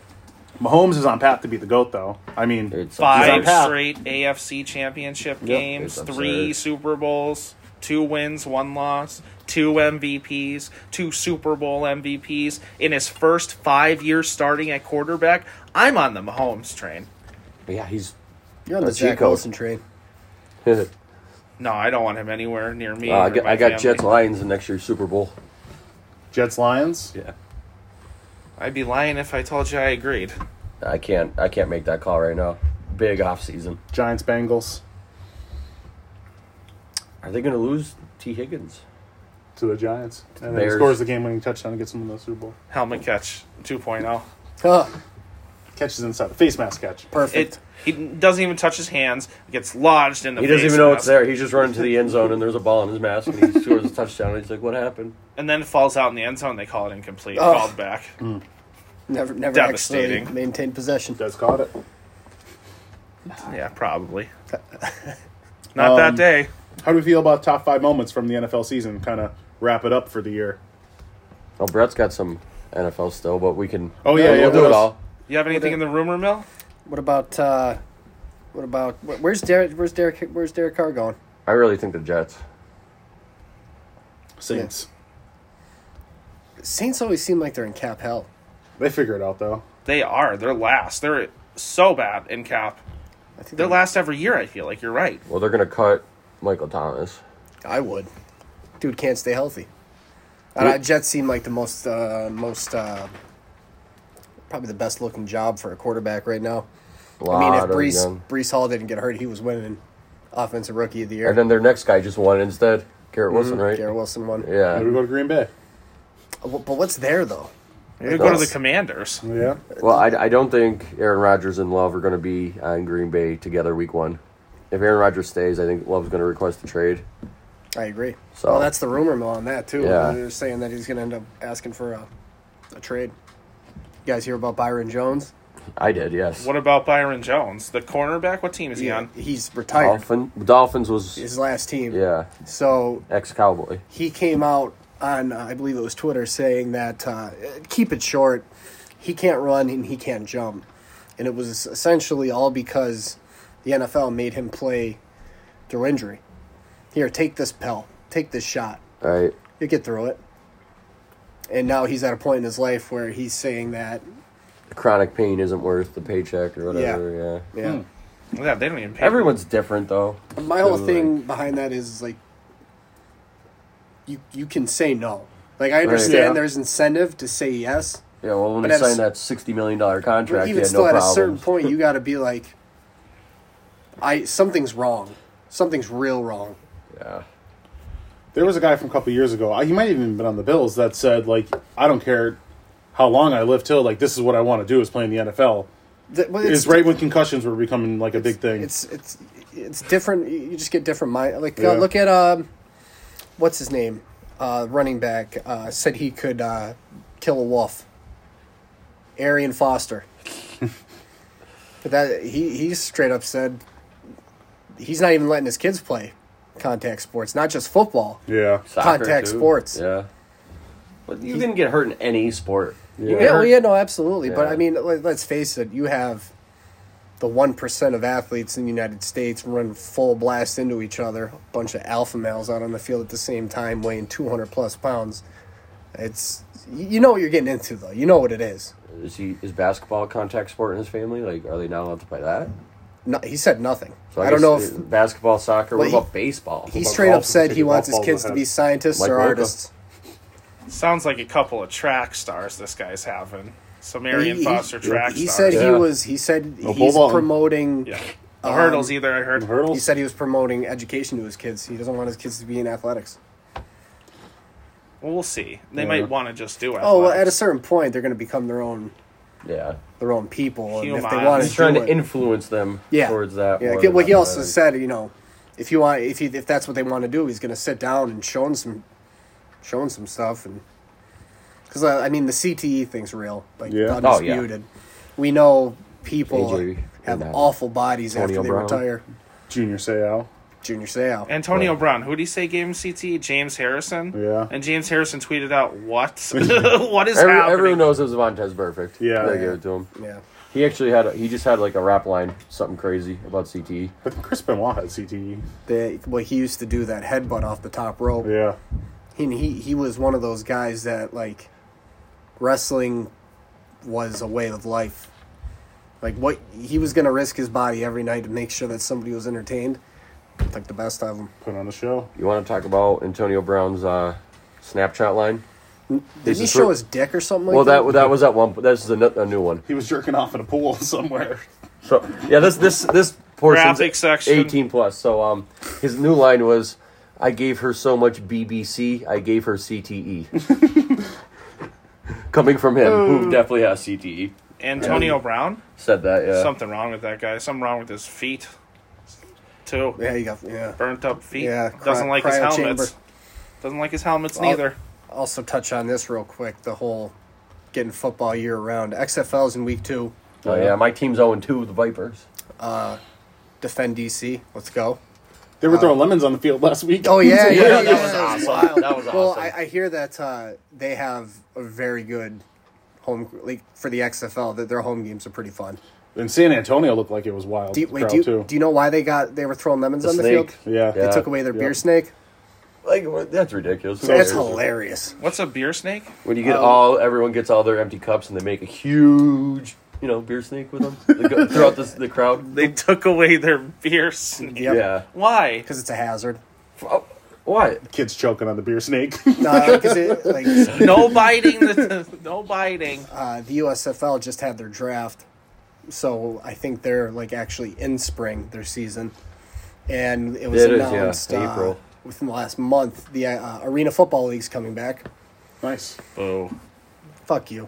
Speaker 4: Mahomes is on path to be the goat, though. I mean,
Speaker 5: It's
Speaker 2: Five
Speaker 4: He's on top.
Speaker 2: straight AFC championship games,
Speaker 5: it's
Speaker 2: three
Speaker 5: absurd.
Speaker 2: Super Bowls, two wins, one loss, two MVPs, two Super Bowl MVPs in his first five years starting at quarterback. I'm on the Mahomes train.
Speaker 5: yeah, he's
Speaker 3: You're on
Speaker 5: A
Speaker 3: the Zach
Speaker 5: G-code.
Speaker 3: Wilson train.
Speaker 5: I
Speaker 2: No, I don't want him anywhere near me.
Speaker 5: Uh, I
Speaker 2: or
Speaker 5: got,
Speaker 2: my
Speaker 5: I got
Speaker 2: family.
Speaker 5: Jets Lions in next year's Super Bowl.
Speaker 4: Jets Lions.
Speaker 5: Yeah.
Speaker 2: I'd be lying if I told you I agreed.
Speaker 5: I can't I can't make that call right now. Big off season.
Speaker 4: Giants Bengals
Speaker 5: Are they going to lose T Higgins?
Speaker 4: to the Giants. And then he
Speaker 5: Bears.
Speaker 4: scores the game winning touchdown and gets them in the Super Bowl.
Speaker 2: Helmet catch oh. 2.0.
Speaker 3: Huh,
Speaker 4: Catches inside the face mask catch.
Speaker 3: Oh, perfect.
Speaker 2: It he doesn't even touch his hands. Gets lodged in the.
Speaker 5: He doesn't
Speaker 2: face
Speaker 5: even know
Speaker 2: mask,
Speaker 5: it's there. He's just running to the end zone and there's a ball in his mask and he scores a touchdown. And he's like, "What happened?"
Speaker 2: and then falls out in the end zone. They call it incomplete.
Speaker 3: Oh.
Speaker 2: Called back.
Speaker 3: never never actually
Speaker 2: Devastating.
Speaker 3: maintained possession.
Speaker 4: Guys caught it.
Speaker 2: Yeah, probably. Not
Speaker 3: Um,
Speaker 2: that day.
Speaker 4: How do we feel about top five moments from the NFL season? Kind of wrap it up for the year.
Speaker 5: Well, Brett's got some NFL still, but we can.
Speaker 4: Oh, yeah, yeah,
Speaker 5: we'll
Speaker 4: what
Speaker 5: do it
Speaker 4: else?
Speaker 5: all.
Speaker 2: You have anything in the rumor mill?
Speaker 3: What about uh, what about wh- where's Derek? Where's Derek? Where's Derek Carr going?
Speaker 5: I really think the Jets.
Speaker 4: Saints.
Speaker 3: Saints always seem like they're in cap hell.
Speaker 4: They figure it out though.
Speaker 2: They are. They're last. They're so bad in cap.
Speaker 3: I think
Speaker 2: They're
Speaker 3: they-
Speaker 2: last every year. I feel like you're right.
Speaker 5: Well, they're going to cut Michael Thomas.
Speaker 3: I would. Dude can't stay healthy. Uh, Jets seem like the most uh, most uh, probably the best looking job for a quarterback right now. I mean, if
Speaker 5: Lot of young-
Speaker 3: Brees Brees Hall didn't get hurt, he was winning offensive rookie of the year.
Speaker 5: And then their next guy just won instead. Garrett Wilson, right?
Speaker 3: Garrett Wilson won.
Speaker 4: Maybe we
Speaker 5: Yeah.
Speaker 4: go to Green Bay.
Speaker 3: W- But what's there though?
Speaker 2: You're gonna go to
Speaker 5: does.
Speaker 2: the Commanders.
Speaker 4: Yeah.
Speaker 5: Well, I, I don't think Aaron Rodgers and Love are going to be on Green Bay together week one. If Aaron Rodgers stays, I think Love's going to request a trade.
Speaker 3: I agree.
Speaker 5: So-
Speaker 3: well, that's the rumor mill on that too.
Speaker 5: Yeah.
Speaker 3: They're saying that he's going to end up asking for a, a trade. You guys hear about Byron Jones?
Speaker 5: I did, yes.
Speaker 2: What about Byron Jones, the cornerback? What team is he on?
Speaker 3: he's retired.
Speaker 5: Dolphin, Dolphins was,
Speaker 3: His last team.
Speaker 5: yeah,
Speaker 3: So
Speaker 5: ex Cowboy.
Speaker 3: he came out on uh, I believe it was Twitter saying that uh, keep it short. He can't run and he can't jump, and it was essentially all because the NFL made him play through injury. Here, take this pill, take this shot,
Speaker 5: All right.
Speaker 3: you get through it. And now he's at a point in his life where he's saying that,
Speaker 5: Chronic pain isn't worth the paycheck or whatever. Yeah.
Speaker 3: yeah.
Speaker 2: Yeah, they don't even pay.
Speaker 5: Everyone's different, though.
Speaker 3: My whole
Speaker 5: So,
Speaker 3: thing behind that is like, you you can say no. Like I understand
Speaker 4: Yeah.
Speaker 3: there's incentive to say yes,
Speaker 5: Yeah, well, when
Speaker 3: But
Speaker 5: they
Speaker 3: at a
Speaker 5: signed
Speaker 3: s-
Speaker 5: that $60 million contract,
Speaker 3: But
Speaker 5: he
Speaker 3: even
Speaker 5: had
Speaker 3: still,
Speaker 5: no
Speaker 3: at
Speaker 5: problems.
Speaker 3: a certain point, you got to be like, I something's wrong, something's real wrong.
Speaker 5: yeah.
Speaker 4: There was a guy from a couple years ago. I- He might have even been on the Bills that said like, I don't care how long I live till. Like this is what I want to do is play in the NFL.
Speaker 3: That- well,
Speaker 4: It's right when concussions were becoming like a big thing.
Speaker 3: It's it's it's different. You you just get different mind. Like
Speaker 4: Yeah.
Speaker 3: uh, look at um, what's his name, uh, running back uh, said he could uh, kill a wolf. Arian Foster. but that he he straight up said he's not even letting his kids play contact sports, not just football.
Speaker 4: yeah.
Speaker 5: Soccer,
Speaker 3: Contact
Speaker 5: too.
Speaker 3: sports.
Speaker 5: Yeah. But you can get hurt in any sport. You
Speaker 4: Yeah.
Speaker 5: get
Speaker 3: Yeah, well,
Speaker 5: hurt-
Speaker 3: yeah, no, absolutely. But
Speaker 5: Yeah.
Speaker 3: I mean, let, let's face it, you have the 1% of athletes in the United States run full blast into each other, a bunch of alpha males out on the field at the same time, weighing 200 plus pounds. It's, you you know what you're getting into, though. You know what it is.
Speaker 5: Is he is basketball a contact sport in his family? Like, are they not allowed to play that?
Speaker 3: No, he said nothing.
Speaker 5: So
Speaker 3: I, don't
Speaker 5: guess
Speaker 3: know if
Speaker 5: it- basketball, soccer. What
Speaker 3: Well, he-
Speaker 5: about baseball?
Speaker 3: he
Speaker 4: about
Speaker 3: straight up
Speaker 4: golf?
Speaker 3: said he
Speaker 4: Golf
Speaker 3: wants his
Speaker 4: balls
Speaker 3: kids
Speaker 4: in
Speaker 3: to
Speaker 4: the
Speaker 3: be
Speaker 4: head.
Speaker 3: scientists
Speaker 5: Like
Speaker 3: or
Speaker 5: Luka.
Speaker 3: artists.
Speaker 2: Sounds like a couple of track stars this guy's having. Some Marion
Speaker 3: He- he-
Speaker 2: Foster track
Speaker 3: He
Speaker 2: stars.
Speaker 3: said he
Speaker 5: Yeah.
Speaker 3: was, he said
Speaker 4: pole
Speaker 3: he's
Speaker 4: vaulting.
Speaker 3: promoting.
Speaker 2: yeah. The
Speaker 3: Um,
Speaker 2: hurdles either I heard.
Speaker 4: Hurdles.
Speaker 3: He said he was promoting education to his kids. He doesn't want his kids to be in athletics.
Speaker 2: Well, we'll see. They
Speaker 4: Yeah.
Speaker 2: might want to just do it.
Speaker 3: Oh well, at a certain point, they're going to become their own
Speaker 5: yeah,
Speaker 3: their own people, and if they
Speaker 2: Humans.
Speaker 3: want
Speaker 5: he's
Speaker 3: to,
Speaker 5: trying
Speaker 3: do
Speaker 5: to
Speaker 3: it,
Speaker 5: influence them
Speaker 3: yeah,
Speaker 5: towards that.
Speaker 3: Yeah,
Speaker 5: more
Speaker 3: get-
Speaker 5: than
Speaker 3: well, he also
Speaker 5: athletic.
Speaker 3: said, you know, if you want, if he, if that's what they want to do, he's going to sit down and show 'em some, show 'em some stuff, and because uh, I mean the CTE thing's real, like
Speaker 4: Yeah. Oh, yeah.
Speaker 3: undisputed. We know people
Speaker 5: AJ
Speaker 3: have
Speaker 5: and, uh,
Speaker 3: awful bodies
Speaker 5: Antonio
Speaker 3: after they
Speaker 5: Brown.
Speaker 3: retire.
Speaker 4: Junior Seau.
Speaker 3: Junior Seau.
Speaker 2: Antonio Brown, who did he say gave him CT? James Harrison.
Speaker 4: Yeah.
Speaker 2: And James Harrison tweeted out, "What? what is
Speaker 5: Every,
Speaker 2: happening?"
Speaker 5: everyone knows it was Vontez Perfect.
Speaker 4: Yeah.
Speaker 5: they gave it to him.
Speaker 3: yeah.
Speaker 5: He actually had a, he just had like a rap line, something crazy about CTE.
Speaker 4: I think Chris Benoit had E. CTE.
Speaker 3: They, well, he used to do that headbutt off the top rope.
Speaker 4: Yeah.
Speaker 3: and he he was one of those guys that like wrestling was a way of life like what he was going to risk his body every night to make sure that somebody was entertained like the best of them.
Speaker 4: Put on the show.
Speaker 5: You want to talk about Antonio Brown's uh, Snapchat line?
Speaker 3: Did
Speaker 5: This
Speaker 3: he
Speaker 5: is
Speaker 3: show
Speaker 5: for-
Speaker 3: his dick or something like
Speaker 5: Well,
Speaker 3: that?
Speaker 5: that that was at one. This is a, nu- a new one.
Speaker 4: He was jerking off in a pool somewhere.
Speaker 5: So yeah, this this this portion
Speaker 2: Graphic section.
Speaker 5: eighteen plus. So um, his new line was, "I gave her so much BBC, I gave her CTE." Coming from
Speaker 3: Oh.
Speaker 5: him, who definitely has CTE,
Speaker 2: Antonio Brown?
Speaker 5: said that. Yeah,
Speaker 2: Something wrong with that guy. Something wrong with his feet. Too.
Speaker 3: Yeah, you got yeah.
Speaker 2: Burnt up feet.
Speaker 3: Yeah,
Speaker 2: Doesn't
Speaker 3: cryo-
Speaker 2: like his
Speaker 3: cryo
Speaker 2: helmets.
Speaker 3: chamber.
Speaker 2: Doesn't like his helmets
Speaker 3: Well,
Speaker 2: neither.
Speaker 3: Also, touch on this real quick. The whole getting football year round. XFL's in week two.
Speaker 5: oh yeah, my team's zero two, the Vipers.
Speaker 3: Defend DC. Let's go.
Speaker 4: They were throwing lemons on the field last week.
Speaker 3: Oh yeah, yeah, yeah.
Speaker 5: that was
Speaker 2: Ah,
Speaker 5: awesome. That was
Speaker 3: Well,
Speaker 5: awesome.
Speaker 3: I, I hear that uh, they have a very good home like for the XFL. That their home games are pretty fun.
Speaker 4: And San Antonio looked like it was wild.
Speaker 3: Do you,
Speaker 4: The
Speaker 3: wait,
Speaker 4: crowd,
Speaker 3: do you,
Speaker 4: too.
Speaker 3: do you know why they got they were throwing lemons
Speaker 5: The
Speaker 3: on the
Speaker 5: snake.
Speaker 3: field?
Speaker 4: yeah.
Speaker 3: They
Speaker 5: Yeah.
Speaker 3: took away their
Speaker 4: Yeah.
Speaker 3: beer snake.
Speaker 5: Like what- that's ridiculous. Who
Speaker 3: That's
Speaker 5: cares?
Speaker 3: hilarious.
Speaker 2: What's a beer snake?
Speaker 5: When you get
Speaker 3: Um,
Speaker 5: all, everyone gets all their empty cups, and they make a huge, you know, beer snake with them They go throughout the, the crowd.
Speaker 2: They took away their beer snake.
Speaker 3: Yep.
Speaker 5: Yeah.
Speaker 2: Why?
Speaker 3: Because it's a hazard.
Speaker 5: Oh, What?
Speaker 4: Kids choking on the beer snake.
Speaker 3: No, because it like
Speaker 2: No biting. The, no biting.
Speaker 3: uh, the USFL just had their draft, so I think they're like actually in spring their season, and it was
Speaker 5: It is, yeah,
Speaker 3: announced uh,
Speaker 5: April.
Speaker 3: within the last month the uh, Arena Football League's coming back.
Speaker 4: nice.
Speaker 2: Boo.
Speaker 3: Fuck you.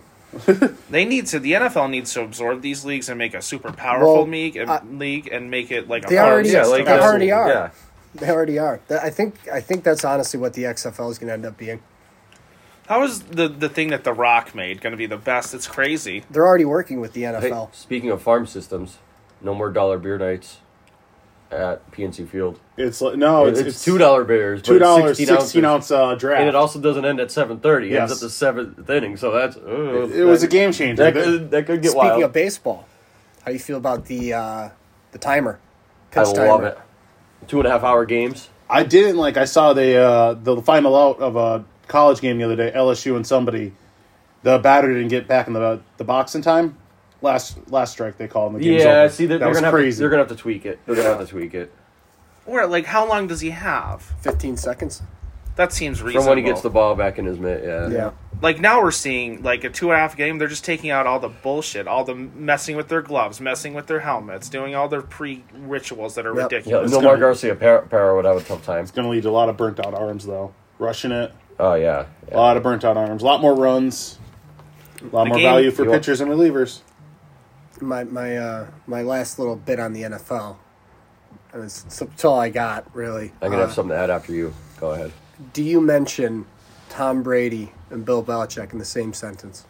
Speaker 2: They need to. The NFL needs to absorb these leagues and make a super powerful
Speaker 3: Well,
Speaker 2: league and
Speaker 3: uh,
Speaker 2: league and make it like a
Speaker 3: They
Speaker 2: farm
Speaker 3: already-
Speaker 2: system.
Speaker 3: they
Speaker 5: uh,
Speaker 3: already are.
Speaker 5: Yeah.
Speaker 3: They already are. That- I think I think that's honestly what the XFL is going to end up being.
Speaker 2: How is the the thing that The Rock made going to be the best? It's crazy.
Speaker 3: They're already working with the
Speaker 5: Hey,
Speaker 3: NFL.
Speaker 5: speaking of farm systems, no more dollar beer nights at PNC Field.
Speaker 4: It's like no,
Speaker 5: It's,
Speaker 4: Oh, it's,
Speaker 5: two dollar beers, but
Speaker 4: two
Speaker 5: it's
Speaker 4: dollars,
Speaker 5: 16
Speaker 4: sixteen,
Speaker 5: ounces.
Speaker 4: ounce uh, draft.
Speaker 5: and it also doesn't end at seven thirty. It ends
Speaker 4: Yes.
Speaker 5: at the seventh inning, so that's. uh,
Speaker 4: It was
Speaker 5: that-
Speaker 4: a game changer.
Speaker 5: That
Speaker 4: They-
Speaker 5: could, that could get
Speaker 3: Speaking
Speaker 5: wild.
Speaker 3: of baseball, how do you feel about the uh, the timer?
Speaker 5: I
Speaker 3: Pitch
Speaker 5: love
Speaker 3: timer.
Speaker 5: it. Two and a half hour games.
Speaker 4: I didn't like. I saw the uh, the final out of a college game the other day, LSU and somebody. The batter didn't get back in the the box in time. Last last strike they called. And the game's
Speaker 5: Yeah,
Speaker 4: over.
Speaker 5: see, they're,
Speaker 4: that
Speaker 5: they're
Speaker 4: was
Speaker 5: gonna have to,
Speaker 4: crazy.
Speaker 5: they're gonna have to tweak it. They're gonna have to tweak it
Speaker 2: Or like, how long does he have?
Speaker 3: Fifteen seconds.
Speaker 2: That seems reasonable.
Speaker 5: from when he gets the ball back in his mitt. Yeah,
Speaker 2: like now we're seeing like a two and a half game. They're just taking out all the bullshit, all the messing with their gloves, messing with their helmets, doing all their pre rituals that are
Speaker 3: Yep.
Speaker 5: Yeah,
Speaker 2: ridiculous.
Speaker 4: It's
Speaker 5: Nomar
Speaker 4: gonna-
Speaker 5: Garcia Par- Parra would have a tough time.
Speaker 4: It's gonna lead to a lot of burnt out arms though. Rushing it,
Speaker 5: Oh yeah,
Speaker 4: a lot of burnt out arms, a lot more runs, a lot more
Speaker 2: game-
Speaker 4: value for
Speaker 5: You want-
Speaker 4: pitchers and relievers.
Speaker 3: my my uh, my last little bit on the NFL. And it's, it's that's all I got really.
Speaker 5: I'm gonna
Speaker 3: Uh,
Speaker 5: have something to add after you. Go ahead.
Speaker 3: Do you mention Tom Brady and Bill Belichick in the same sentence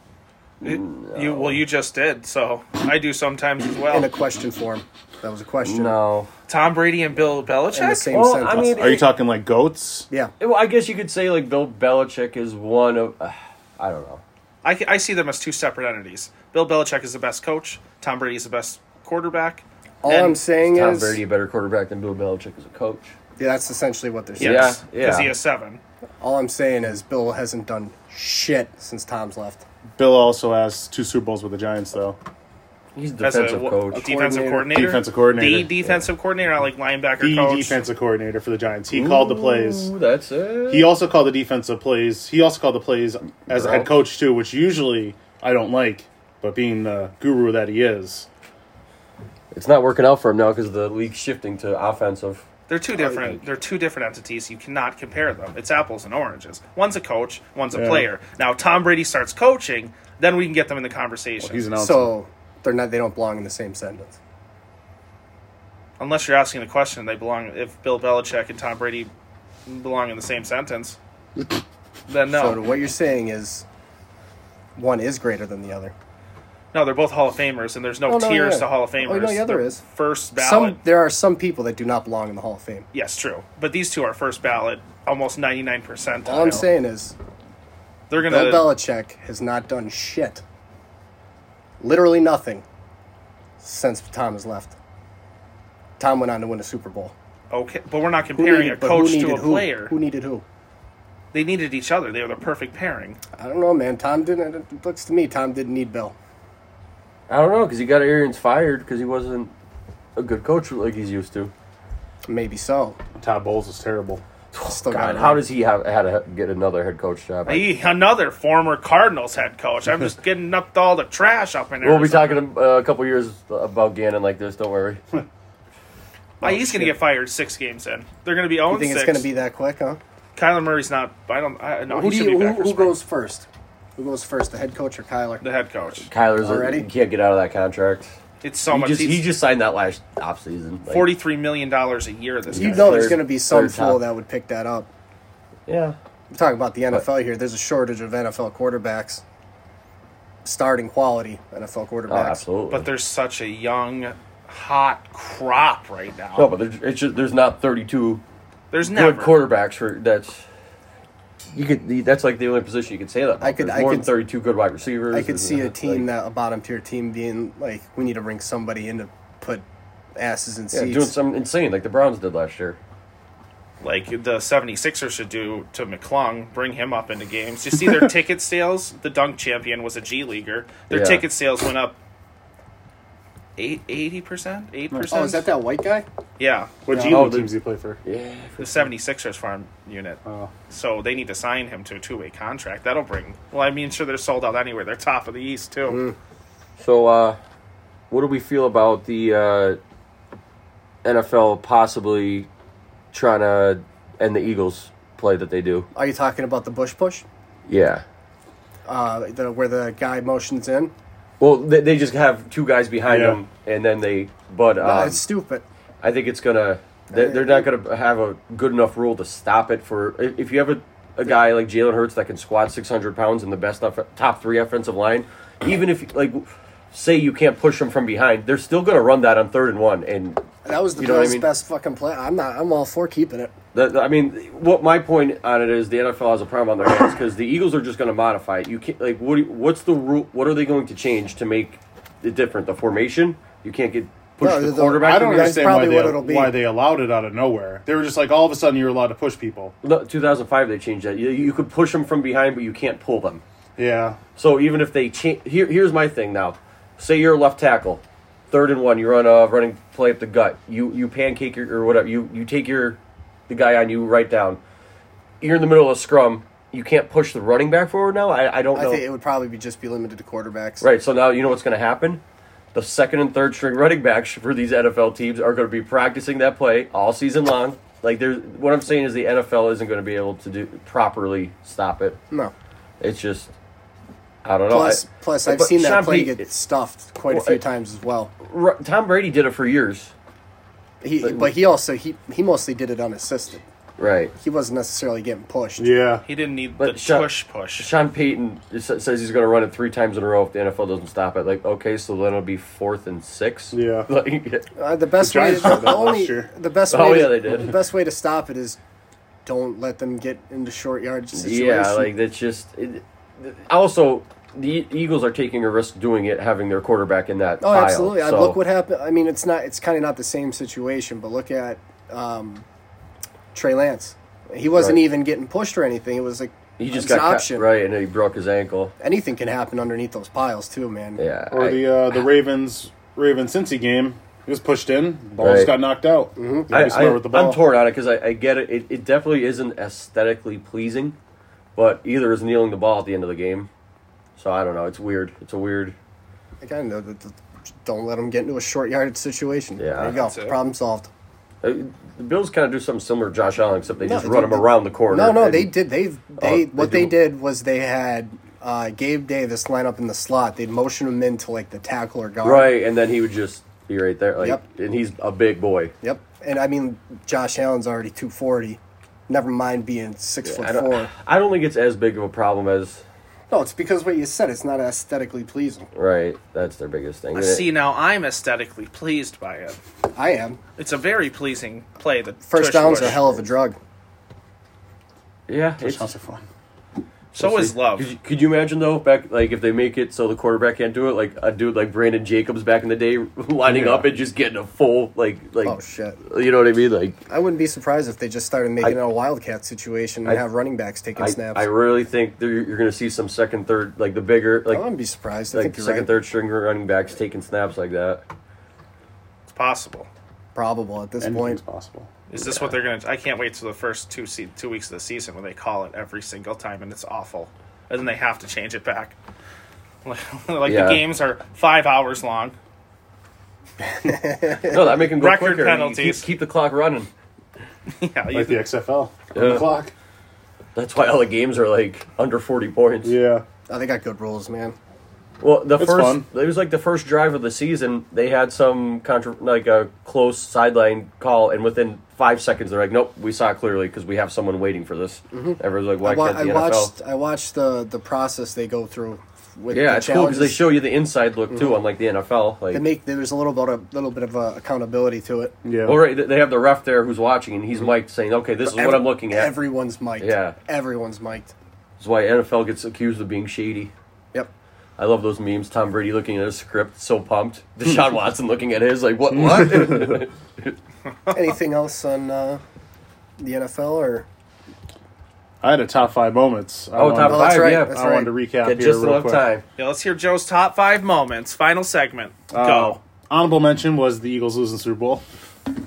Speaker 2: You well, you just did, so I do sometimes as
Speaker 3: in a
Speaker 2: well.
Speaker 3: question form? That was a question.
Speaker 5: No.
Speaker 2: Tom Brady and Bill
Speaker 3: In the
Speaker 2: Belichick.
Speaker 3: same
Speaker 5: Well,
Speaker 3: sentence.
Speaker 5: I mean-
Speaker 4: Are you talking like goats?
Speaker 3: yeah.
Speaker 5: Well, I guess you could say like Bill Belichick is one of. Uh, I don't know.
Speaker 2: I, I see them as two separate entities. Bill Belichick is the best coach. Tom Brady is the best quarterback.
Speaker 3: All
Speaker 2: And
Speaker 3: I'm saying
Speaker 5: Tom
Speaker 3: is
Speaker 5: Brady a better quarterback than Bill Belichick as a coach.
Speaker 3: yeah, that's essentially what they're saying.
Speaker 2: Yes,
Speaker 5: Yeah,
Speaker 2: because
Speaker 5: yeah.
Speaker 2: he has seven.
Speaker 3: All I'm saying is Bill hasn't done shit since Tom's left.
Speaker 4: Bill also has two Super Bowls with the Giants though.
Speaker 5: He's a
Speaker 2: As a,
Speaker 5: defensive
Speaker 2: wa-
Speaker 5: coach.
Speaker 2: a defensive
Speaker 3: Coordinator.
Speaker 2: coordinator.
Speaker 4: Defensive coordinator.
Speaker 2: The defensive coordinator, not like linebacker
Speaker 4: The
Speaker 2: coach.
Speaker 4: defensive coordinator for the Giants. He called the plays.
Speaker 5: Ooh, that's it.
Speaker 4: He also called the defensive plays. He also called the plays as a head
Speaker 5: Ralph.
Speaker 4: coach too, which usually I don't like. But being the guru that he is,
Speaker 5: it's not working out for him now because the league's shifting to offensive.
Speaker 2: They're two different. They're two different entities. You cannot compare them. It's apples and oranges. One's a coach. One's a
Speaker 4: Yeah.
Speaker 2: player. Now Tom Brady starts coaching, then we can get them in the conversation.
Speaker 4: he's an outsider.
Speaker 3: So they're not they don't belong in the same sentence.
Speaker 2: Unless you're asking the question, they belong. If Bill Belichick and Tom Brady belong in the same sentence, then no,
Speaker 3: So what you're saying is one is greater than the other.
Speaker 2: no, they're both Hall of Famers, and there's no
Speaker 3: Oh, no,
Speaker 2: tiers
Speaker 3: yeah.
Speaker 2: to Hall of Famers.
Speaker 3: Oh, no, yeah, there
Speaker 2: They're
Speaker 3: is.
Speaker 2: first ballot.
Speaker 3: Some there are some people that do not belong in the Hall of Fame.
Speaker 2: Yes, true. But these two are first ballot, almost ninety nine percent.
Speaker 3: All I'm saying is
Speaker 2: they're gonna.
Speaker 3: Bill Belichick has not done shit. Literally nothing since Tom has left. Tom went on to win a Super Bowl.
Speaker 2: okay, but we're not
Speaker 3: Who
Speaker 2: comparing a
Speaker 3: needed- but who
Speaker 2: coach to
Speaker 3: needed
Speaker 2: a
Speaker 3: who?
Speaker 2: player.
Speaker 3: Who needed who?
Speaker 2: They needed each other. They were the perfect pairing.
Speaker 3: I don't know, man. Tom didn't. It looks to me Tom didn't need Bill.
Speaker 5: I don't know because he got Arians fired because he wasn't a good coach like he's used to.
Speaker 3: Maybe so.
Speaker 4: Todd Bowles is terrible.
Speaker 3: Still
Speaker 5: God,
Speaker 3: got
Speaker 5: how does he have had to get another head coach job?
Speaker 2: He, another former Cardinals head coach. I'm just getting up to all the trash up in there.
Speaker 5: We'll be talking uh, a couple years about Gannon like this. Don't worry.
Speaker 2: Oh, he's going to get fired six games in. They're going to be 0
Speaker 3: you think
Speaker 2: six.
Speaker 3: it's gonna be that quick, huh?
Speaker 2: Kyler Murray's not. I don't. I, no,
Speaker 3: who
Speaker 2: he
Speaker 3: do
Speaker 2: should
Speaker 3: you,
Speaker 2: be
Speaker 3: who,
Speaker 2: back for
Speaker 3: who
Speaker 2: spring.
Speaker 3: goes first? Who goes first, the head coach or Kyler?
Speaker 2: the head coach.
Speaker 5: Kyler's
Speaker 3: Already?
Speaker 5: already can't get out of that contract.
Speaker 2: It's so
Speaker 5: he
Speaker 2: much.
Speaker 5: just
Speaker 2: he's
Speaker 5: he just signed that last off season. Like,
Speaker 2: forty-three million dollars a year. This
Speaker 3: You
Speaker 2: guy.
Speaker 3: know, there's
Speaker 5: Third-
Speaker 3: gonna be some
Speaker 5: third top.
Speaker 3: fool that would pick that up.
Speaker 5: Yeah. Oh,
Speaker 3: We're talking about the NFL here. There's a shortage of NFL quarterbacks, starting quality NFL
Speaker 5: Oh,
Speaker 3: quarterbacks.
Speaker 5: absolutely.
Speaker 2: but there's such a young, hot crop right now.
Speaker 5: no, but there's, it's just, there's not 32
Speaker 2: there's never.
Speaker 5: good quarterbacks for that's. You could. That's like the only position you could say that. about.
Speaker 3: I could-
Speaker 5: There's
Speaker 3: I
Speaker 5: more
Speaker 3: could-
Speaker 5: than 32 good wide receivers.
Speaker 3: I could
Speaker 5: There's
Speaker 3: see a
Speaker 5: not,
Speaker 3: team
Speaker 5: like,
Speaker 3: that a bottom tier team being like, we need to bring somebody in to put asses in
Speaker 5: yeah,
Speaker 3: seats.
Speaker 5: doing something insane like the Browns did last year.
Speaker 2: like the 76ers should do to McClung, bring him up into games. You see their ticket sales? The dunk champion was a G leaguer. Their
Speaker 5: Yeah.
Speaker 2: ticket sales went up eight, 80%? 8%?
Speaker 3: oh, is that that white guy?
Speaker 2: Yeah.
Speaker 4: What
Speaker 3: Yeah.
Speaker 4: G
Speaker 5: Oh,
Speaker 4: League
Speaker 5: the-
Speaker 4: teams do you play for?
Speaker 5: Yeah.
Speaker 2: The 76ers farm unit.
Speaker 4: Oh.
Speaker 2: So they need to sign him to a two way contract. That'll bring. Well, I mean, sure, they're sold out anyway. They're top of the East, too.
Speaker 5: Mm. So, uh, what do we feel about the uh, NFL possibly trying to end the Eagles play that they do?
Speaker 3: Are you talking about the Bush push?
Speaker 5: Yeah.
Speaker 3: Uh, the, where the guy motions in?
Speaker 5: Well, they, they just have two guys behind
Speaker 4: Yeah.
Speaker 5: them, and then they. But um,
Speaker 3: Nah, it's stupid.
Speaker 5: I think it's gonna. They're, they're not gonna have a good enough rule to stop it. For if if you have a, a guy like Jalen Hurts that can squat six hundred pounds in the best off, top three offensive line, even if like say you can't push him from behind, they're still gonna run that on third and one. And
Speaker 3: That was the
Speaker 5: You know what I
Speaker 3: Bills'
Speaker 5: mean?
Speaker 3: best fucking play. I'm not. I'm all for keeping it.
Speaker 5: The, the- I mean, what my point on it is the NFL has a problem on their hands because the Eagles are just going to modify it. You can't like what? do you- What's the rule? What are they going to change to make it different? The formation you can't get push
Speaker 3: No,
Speaker 5: the,
Speaker 3: the-
Speaker 5: quarterback.
Speaker 4: I don't
Speaker 3: That's
Speaker 4: understand why
Speaker 3: probably
Speaker 4: they,
Speaker 3: what it'll be.
Speaker 4: why they allowed it out of nowhere. They were just like, all of a sudden, you're allowed to push people.
Speaker 5: No, 2005 they changed that. You, you could push them from behind, but you can't pull them.
Speaker 4: Yeah.
Speaker 5: So even if they change, here, here's my thing now. Say you're a left tackle, third and one. You're on a running play up the gut. You you pancake your, or whatever. You you take your the guy on you right down. You're in the middle of a scrum. You can't push the running back forward now. I, I don't
Speaker 3: I
Speaker 5: know.
Speaker 3: think it would probably be just be limited to quarterbacks.
Speaker 5: Right. So now you know what's going to happen. The second and third string running backs for these NFL teams are going to be practicing that play all season long. Like there's what I'm saying is the NFL isn't going to be able to do properly stop it.
Speaker 3: No.
Speaker 5: It's just I don't
Speaker 3: Plus,
Speaker 5: know. I-
Speaker 3: plus, I've
Speaker 5: but
Speaker 3: seen that
Speaker 5: Sean
Speaker 3: play
Speaker 5: Pete-
Speaker 3: get stuffed quite a
Speaker 5: Well,
Speaker 3: few
Speaker 5: I-
Speaker 3: times as well.
Speaker 5: Ru- Tom Brady did it for years.
Speaker 3: He, but he also he he mostly did it unassisted.
Speaker 5: Right.
Speaker 3: He wasn't necessarily getting pushed.
Speaker 4: Yeah.
Speaker 2: He didn't need
Speaker 5: But
Speaker 2: the
Speaker 5: shut-
Speaker 2: push push.
Speaker 5: Sean Payton s- says he's going to run it three times in a row if the NFL doesn't stop it. Like, okay, so then it'll be fourth and six.
Speaker 4: Yeah.
Speaker 5: Like,
Speaker 3: Uh, the best
Speaker 4: The
Speaker 3: way,
Speaker 4: Giants
Speaker 3: the,
Speaker 4: did that last
Speaker 3: only
Speaker 4: year.
Speaker 3: the best
Speaker 5: Oh,
Speaker 3: way,
Speaker 5: yeah,
Speaker 3: to,
Speaker 5: they did.
Speaker 3: the best way to stop it is don't let them get into short yard situation.
Speaker 5: Yeah, like that's just. It, also, the E, Eagles are taking a risk doing it, having their quarterback in that.
Speaker 3: oh,
Speaker 5: pile,
Speaker 3: absolutely. I
Speaker 5: so-
Speaker 3: look what happened. I mean, it's not it's kind of not the same situation, but look at um, Trey Lance. He wasn't
Speaker 5: Right.
Speaker 3: even getting pushed or anything. It was like
Speaker 5: he just
Speaker 3: it's an
Speaker 5: got cut,
Speaker 3: option.
Speaker 5: right, and he broke his ankle.
Speaker 3: Anything can happen underneath those piles too, man.
Speaker 5: Yeah,
Speaker 4: Or
Speaker 5: I-
Speaker 4: the uh, the Ravens Ravens Cincy game. He was pushed in. Ball
Speaker 5: Right.
Speaker 4: just got knocked out. Mm-hmm.
Speaker 5: I, I, I'm torn on it because I, I get it. it. It definitely isn't aesthetically pleasing, but either is kneeling the ball at the end of the game. So I don't know. It's weird. It's a weird.
Speaker 3: Like, I know that. that- Don't let them get into a short yard situation.
Speaker 5: Yeah.
Speaker 3: there you go.
Speaker 2: That's it.
Speaker 3: Problem solved.
Speaker 5: uh, The Bills kind of do something similar to Josh Allen, except they
Speaker 3: No,
Speaker 5: just
Speaker 3: they
Speaker 5: run
Speaker 3: did-
Speaker 5: him around the corner.
Speaker 3: No, no,
Speaker 5: and-
Speaker 3: they did. They they
Speaker 5: Oh, they
Speaker 3: what they
Speaker 5: do.
Speaker 3: did was they had uh, Gabe Davis line up in the slot. They'd motion him into like the tackle or guard.
Speaker 5: right, and then he would just be right there. Like,
Speaker 3: Yep.
Speaker 5: and he's a big boy.
Speaker 3: Yep. And I mean, Josh Allen's already two forty. Never mind being six
Speaker 5: I
Speaker 3: foot
Speaker 5: don't,
Speaker 3: four.
Speaker 5: I don't think it's as big of a problem as
Speaker 3: No, it's because what you said. It's not aesthetically pleasing.
Speaker 5: Right, that's their biggest thing.
Speaker 2: See, now I'm aesthetically pleased by it.
Speaker 3: I am.
Speaker 2: It's a very pleasing play. The
Speaker 3: First
Speaker 2: tush
Speaker 3: down's a
Speaker 2: push.
Speaker 3: hell of a drug.
Speaker 5: Yeah,
Speaker 4: It
Speaker 5: it's,
Speaker 4: sounds like fun.
Speaker 2: So is love.
Speaker 5: Could you, could you imagine though, back like if they make it so the quarterback can't do it, like a dude like Brandon Jacobs back in the day, lining
Speaker 4: Yeah.
Speaker 5: up and just getting a full like like
Speaker 3: Oh, shit.
Speaker 5: you know what I mean? Like
Speaker 3: I wouldn't be surprised if they just started making it a wildcat situation and
Speaker 5: I-
Speaker 3: have running backs taking
Speaker 5: I,
Speaker 3: snaps.
Speaker 5: I really think there- you're going to see some second, third, like the bigger, like
Speaker 3: I wouldn't be surprised. I
Speaker 5: like
Speaker 3: think you're
Speaker 5: second,
Speaker 3: right.
Speaker 5: third string running backs taking snaps like that.
Speaker 2: It's possible.
Speaker 3: probable at this
Speaker 4: Anything's
Speaker 3: point.
Speaker 4: possible.
Speaker 2: Is this what they're gonna? I can't wait till the first two se- two weeks of the season when they call it every single time, and it's awful, and then they have to change it back. like
Speaker 5: Yeah.
Speaker 2: the games are five hours long.
Speaker 5: No, that make him go
Speaker 2: Record
Speaker 5: quicker. You
Speaker 2: penalties.
Speaker 5: Keep, keep the clock running.
Speaker 2: Yeah, you-
Speaker 4: Like the XFL. On
Speaker 5: Yeah.
Speaker 4: the clock.
Speaker 5: That's why all the games are like under forty points.
Speaker 4: Yeah.
Speaker 3: Oh, they got good rules, man.
Speaker 5: Well, the first
Speaker 4: fun.
Speaker 5: it was like the first drive of the season. They had some contro like a close sideline call, and within five seconds, they're like, "Nope, we saw it clearly because we have someone waiting for this." Everyone's
Speaker 3: Mm-hmm. I,
Speaker 5: like,
Speaker 3: wa-
Speaker 5: "Why can't
Speaker 3: I
Speaker 5: the NFL?"
Speaker 3: watched I watched the the process they go through with
Speaker 5: yeah,
Speaker 3: the
Speaker 5: it's cool because
Speaker 3: challenges.
Speaker 5: they
Speaker 3: Mm-hmm.
Speaker 5: show you the inside look too, unlike the NFL. Like,
Speaker 3: They make there's a little bit of little bit of uh, accountability to it.
Speaker 4: Yeah.
Speaker 5: well, right, they have the ref there who's watching, and he's mic'd saying, "Okay, this is what
Speaker 3: Mm-hmm. Every-
Speaker 5: I'm looking at."
Speaker 3: Everyone's mic'd.
Speaker 5: Yeah.
Speaker 3: Everyone's mic'd.
Speaker 5: That's why NFL gets accused of being shady.
Speaker 3: Yep.
Speaker 5: I love those memes. Tom Brady looking at his script, so pumped. Deshaun Watson looking at his, like, what? What?
Speaker 3: Anything else on uh, the NFL or
Speaker 4: I had a top five moments. I
Speaker 5: Oh,
Speaker 4: wanted-
Speaker 5: top
Speaker 3: Oh, that's
Speaker 5: five,
Speaker 3: right,
Speaker 5: yeah.
Speaker 3: that's
Speaker 4: I wanted to recap
Speaker 5: Get
Speaker 4: here
Speaker 5: just
Speaker 4: real
Speaker 5: enough
Speaker 4: quick.
Speaker 5: time.
Speaker 2: yeah, let's hear Joe's top five moments. Final segment. Go.
Speaker 4: Honorable mention was the Eagles losing Super Bowl.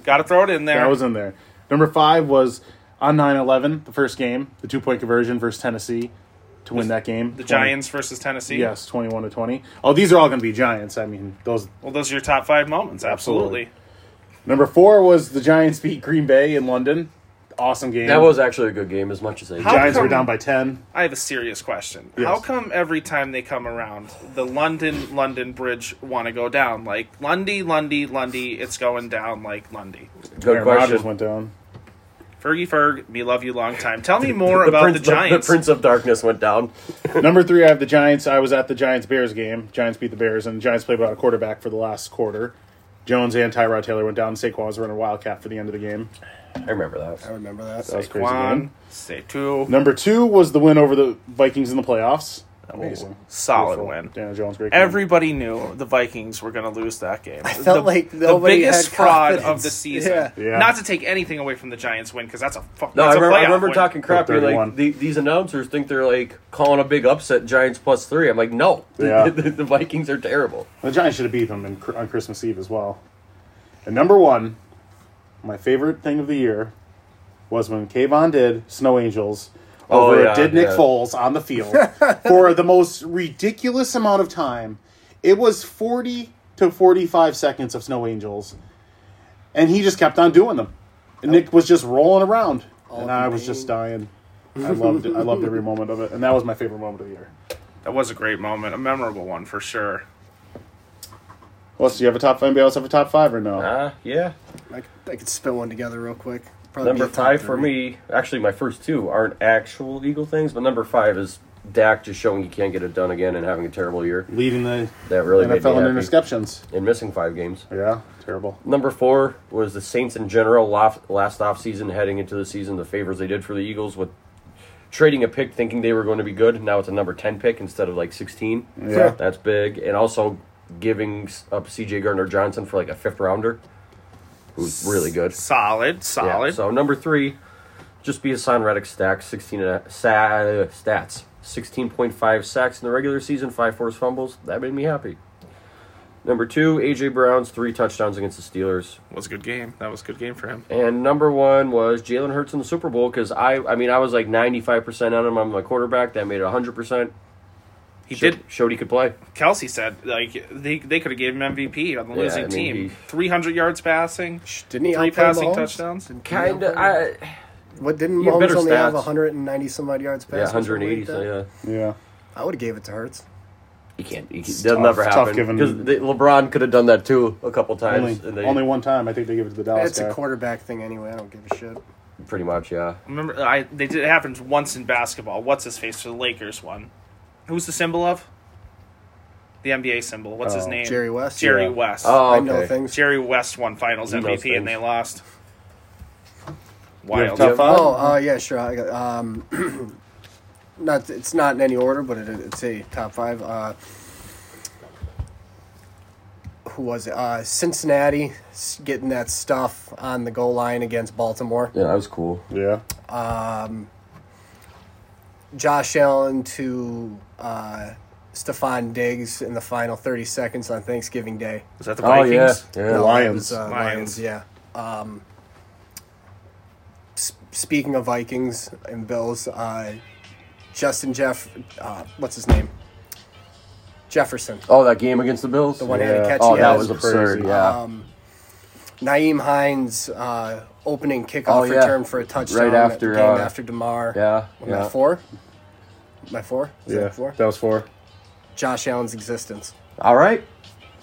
Speaker 2: Got to throw it in there.
Speaker 4: That was in there. Number five was on 9-11, the first game, the two point conversion versus Tennessee to win that game.
Speaker 2: the Giants versus Tennessee.
Speaker 4: Yes, twenty one to twenty. Oh, these are all going to be Giants. I mean, those.
Speaker 2: Well, those are your top five moments. Absolutely.
Speaker 4: Number four was the Giants beat Green Bay in London. Awesome game.
Speaker 5: That was actually a good game, as much as they
Speaker 2: How-
Speaker 4: Giants
Speaker 2: come-
Speaker 4: were down by ten.
Speaker 2: I have a serious question.
Speaker 4: Yes.
Speaker 2: How come every time they come around, the London London Bridge want to go down? Like Lundy, Lundy, Lundy, it's going down like Lundy.
Speaker 5: Good
Speaker 4: Aaron Rodgers
Speaker 5: question.
Speaker 4: went down.
Speaker 2: Fergie Ferg, me love you long time. Tell me more about
Speaker 5: Prince,
Speaker 2: the Giants.
Speaker 5: Prince of Darkness went down.
Speaker 4: Number three, I have the Giants. I was at the Giants Bears game. Giants beat the Bears, and the Giants played without a quarterback for the last quarter. Jones and Tyrod Taylor went down. Saquon was running wildcat for the end of the game.
Speaker 5: I remember that.
Speaker 3: I remember that.
Speaker 4: That was a crazy.
Speaker 2: Quan,
Speaker 4: Game.
Speaker 2: say two.
Speaker 4: Number two was the win over the Vikings in the playoffs. Amazing.
Speaker 2: Solid
Speaker 4: Beautiful.
Speaker 2: win.
Speaker 4: Daniel Jones, great. game.
Speaker 2: Everybody knew the Vikings were going to lose that game. I
Speaker 3: felt
Speaker 2: the,
Speaker 3: like
Speaker 2: the
Speaker 3: nobody
Speaker 2: biggest
Speaker 3: had
Speaker 2: fraud of
Speaker 3: confidence.
Speaker 2: the season.
Speaker 3: Yeah.
Speaker 4: Yeah.
Speaker 2: Not to take anything away from the Giants win because that's a fuck.
Speaker 5: No, I
Speaker 2: that's a
Speaker 5: remember, I
Speaker 2: playoff
Speaker 5: remember
Speaker 2: win.
Speaker 5: talking crap. You're like,
Speaker 4: 31.
Speaker 5: the, these announcers think they're like calling a big upset Giants plus three. I'm like, no.
Speaker 4: Yeah.
Speaker 5: the, the Vikings are terrible.
Speaker 4: The Giants should have beat them in, on Christmas Eve as well. And number one, my favorite thing of the year was when Kayvon did Snow Angels
Speaker 5: Oh,
Speaker 4: over
Speaker 5: yeah,
Speaker 4: did Nick
Speaker 5: yeah.
Speaker 4: Foles on the field for the most ridiculous amount of time. It was 40 to 45 seconds of Snow Angels, and he just kept on doing them. And Nick was just rolling around, and I was just dying. I loved it. I loved every moment of it, and that was my favorite moment of the year.
Speaker 2: That was a great moment, a memorable one for sure.
Speaker 4: Well, so you have a top five? Anybody else have a top five or no?
Speaker 5: Ah, yeah.
Speaker 3: I, c- I could spit one together real quick. Probably
Speaker 5: Number
Speaker 3: be a top
Speaker 5: five for
Speaker 3: three.
Speaker 5: me, actually, my first two aren't actual Eagle things, but number five is Dak just showing he can't get it done again and having a terrible year
Speaker 4: Leading the
Speaker 5: That really made me
Speaker 4: NFL in
Speaker 5: happy.
Speaker 4: interceptions.
Speaker 5: and missing five games.
Speaker 4: Yeah, terrible.
Speaker 5: Number four was the Saints in general lof- last offseason, heading into the season, the favors they did for the Eagles with trading a pick thinking they were going to be good. Now it's a number 10 pick instead of like 16.
Speaker 4: Yeah.
Speaker 5: That's big. And also giving s- up CJ Gardner Johnson for like a fifth rounder, who's really good.
Speaker 2: Solid,
Speaker 5: Yeah,
Speaker 2: solid.
Speaker 5: So number three, just be a Son Reddick stack. Sixteen and a, sa, uh, stats. Sixteen point five sacks in the regular season. Five forced fumbles. That made me happy. Number two, AJ Brown's three touchdowns against the Steelers,
Speaker 2: was a good game. That was a good game for him.
Speaker 5: and number one was Jalen Hurts in the Super Bowl because I, I mean, I was like ninety five percent on him. I'm a quarterback that made it hundred percent.
Speaker 2: He did.
Speaker 5: Showed he could play.
Speaker 2: Kelsey said like they they could have gave him MVP on the
Speaker 5: Yeah,
Speaker 2: losing
Speaker 5: I mean,
Speaker 2: team.
Speaker 5: he-
Speaker 2: Three hundred yards passing,
Speaker 3: Didn't he
Speaker 2: three
Speaker 3: outplay
Speaker 2: passing
Speaker 3: Mahomes?
Speaker 2: touchdowns.
Speaker 5: Kind of. I
Speaker 3: What didn't
Speaker 5: He had
Speaker 3: Mahomes
Speaker 5: better
Speaker 3: only have
Speaker 5: stats.
Speaker 3: 190 some odd yards passing?
Speaker 5: yeah, hundred eighty. So yeah.
Speaker 4: Yeah.
Speaker 3: I would have gave it to Hurts.
Speaker 5: You can't. You can't
Speaker 4: tough-
Speaker 5: doesn't ever
Speaker 4: tough
Speaker 5: happen
Speaker 4: given-
Speaker 5: because LeBron could have done that too a couple
Speaker 4: Only,
Speaker 5: times. and they,
Speaker 4: only one time. I think they give it to the
Speaker 5: Oh,
Speaker 4: Dallas
Speaker 3: It's
Speaker 4: guy.
Speaker 3: a quarterback thing anyway. I don't give a shit.
Speaker 5: pretty much, yeah.
Speaker 2: Remember, I they did it happened once in basketball. What's his face for the Lakers one? Who's the symbol of? The NBA symbol. What's his
Speaker 4: Oh,
Speaker 2: name?
Speaker 3: Jerry West?
Speaker 2: Jerry
Speaker 4: Yeah.
Speaker 2: West.
Speaker 5: Oh,
Speaker 3: I know
Speaker 5: okay.
Speaker 3: things.
Speaker 2: Jerry West won Finals
Speaker 5: He knows
Speaker 2: MVP and
Speaker 5: things.
Speaker 2: they lost.
Speaker 4: You
Speaker 2: Wild.
Speaker 4: have top five?
Speaker 3: Oh, uh, yeah, sure. I got, um, not it's not in any order, but it, it's a top five. Uh, who was it? Uh, Cincinnati s- getting that stuff on the goal line against Baltimore.
Speaker 5: Yeah, that was cool.
Speaker 4: Yeah.
Speaker 3: Josh Allen to uh, Stephon Diggs in the final thirty seconds on Thanksgiving Day.
Speaker 2: Was that the
Speaker 5: Oh
Speaker 2: Vikings?
Speaker 5: yeah, yeah.
Speaker 4: Lions.
Speaker 3: It was, uh, Lions.
Speaker 2: Lions.
Speaker 3: yeah. s- speaking of Vikings and Bills, uh, Justin Jeff, uh, what's his name? Jefferson.
Speaker 5: Oh, that game against the Bills. The
Speaker 3: one-handed catch
Speaker 5: Oh,
Speaker 3: he
Speaker 5: that
Speaker 3: had.
Speaker 5: was absurd.
Speaker 4: Crazy.
Speaker 5: Yeah.
Speaker 3: Naeem Hines uh, opening kickoff
Speaker 5: Oh, yeah.
Speaker 3: return for a touchdown
Speaker 5: Right after,
Speaker 3: the game
Speaker 5: uh,
Speaker 3: after Demar.
Speaker 5: yeah,
Speaker 3: What am I,
Speaker 5: yeah.
Speaker 3: four? Am I four? Is
Speaker 4: Yeah,
Speaker 3: that four?
Speaker 4: that was four.
Speaker 3: Josh Allen's existence.
Speaker 5: All right.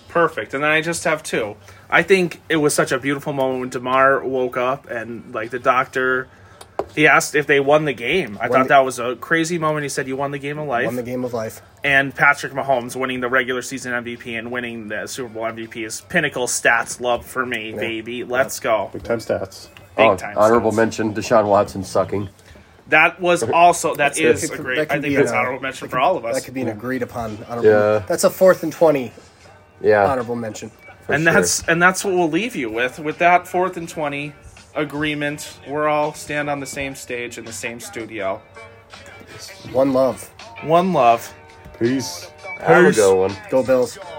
Speaker 2: Perfect. And then I just have two. I think it was such a beautiful moment when Demar woke up and like the doctor, he asked if they won the game. I thought
Speaker 3: the-
Speaker 2: that was a crazy moment. He said, "You won the game of life."
Speaker 3: Won the game of life.
Speaker 2: and Patrick Mahomes winning the regular season MVP and winning the Super Bowl MVP is pinnacle stats love for me, baby. Let's go. Big
Speaker 4: Big time stats.
Speaker 5: Oh,
Speaker 2: time.
Speaker 5: honorable
Speaker 2: stats.
Speaker 5: mention: Deshaun Watson sucking.
Speaker 2: That was also that
Speaker 5: That's
Speaker 2: is
Speaker 3: it.
Speaker 2: a great.
Speaker 3: That
Speaker 2: I
Speaker 3: could
Speaker 2: think
Speaker 3: be
Speaker 2: that's
Speaker 3: an, uh,
Speaker 2: honorable mention for all of
Speaker 3: That
Speaker 2: us.
Speaker 3: could be an agreed upon honorable.
Speaker 5: Yeah.
Speaker 3: That's a fourth and twenty
Speaker 5: Yeah.
Speaker 3: honorable mention.
Speaker 5: for
Speaker 2: And
Speaker 5: sure.
Speaker 2: that's and that's what we'll leave you with. With that fourth and twenty agreement, we're all stand on the same stage in the same studio.
Speaker 3: One love.
Speaker 2: One love.
Speaker 5: Have a good one.
Speaker 3: Go Bills.
Speaker 1: Yo.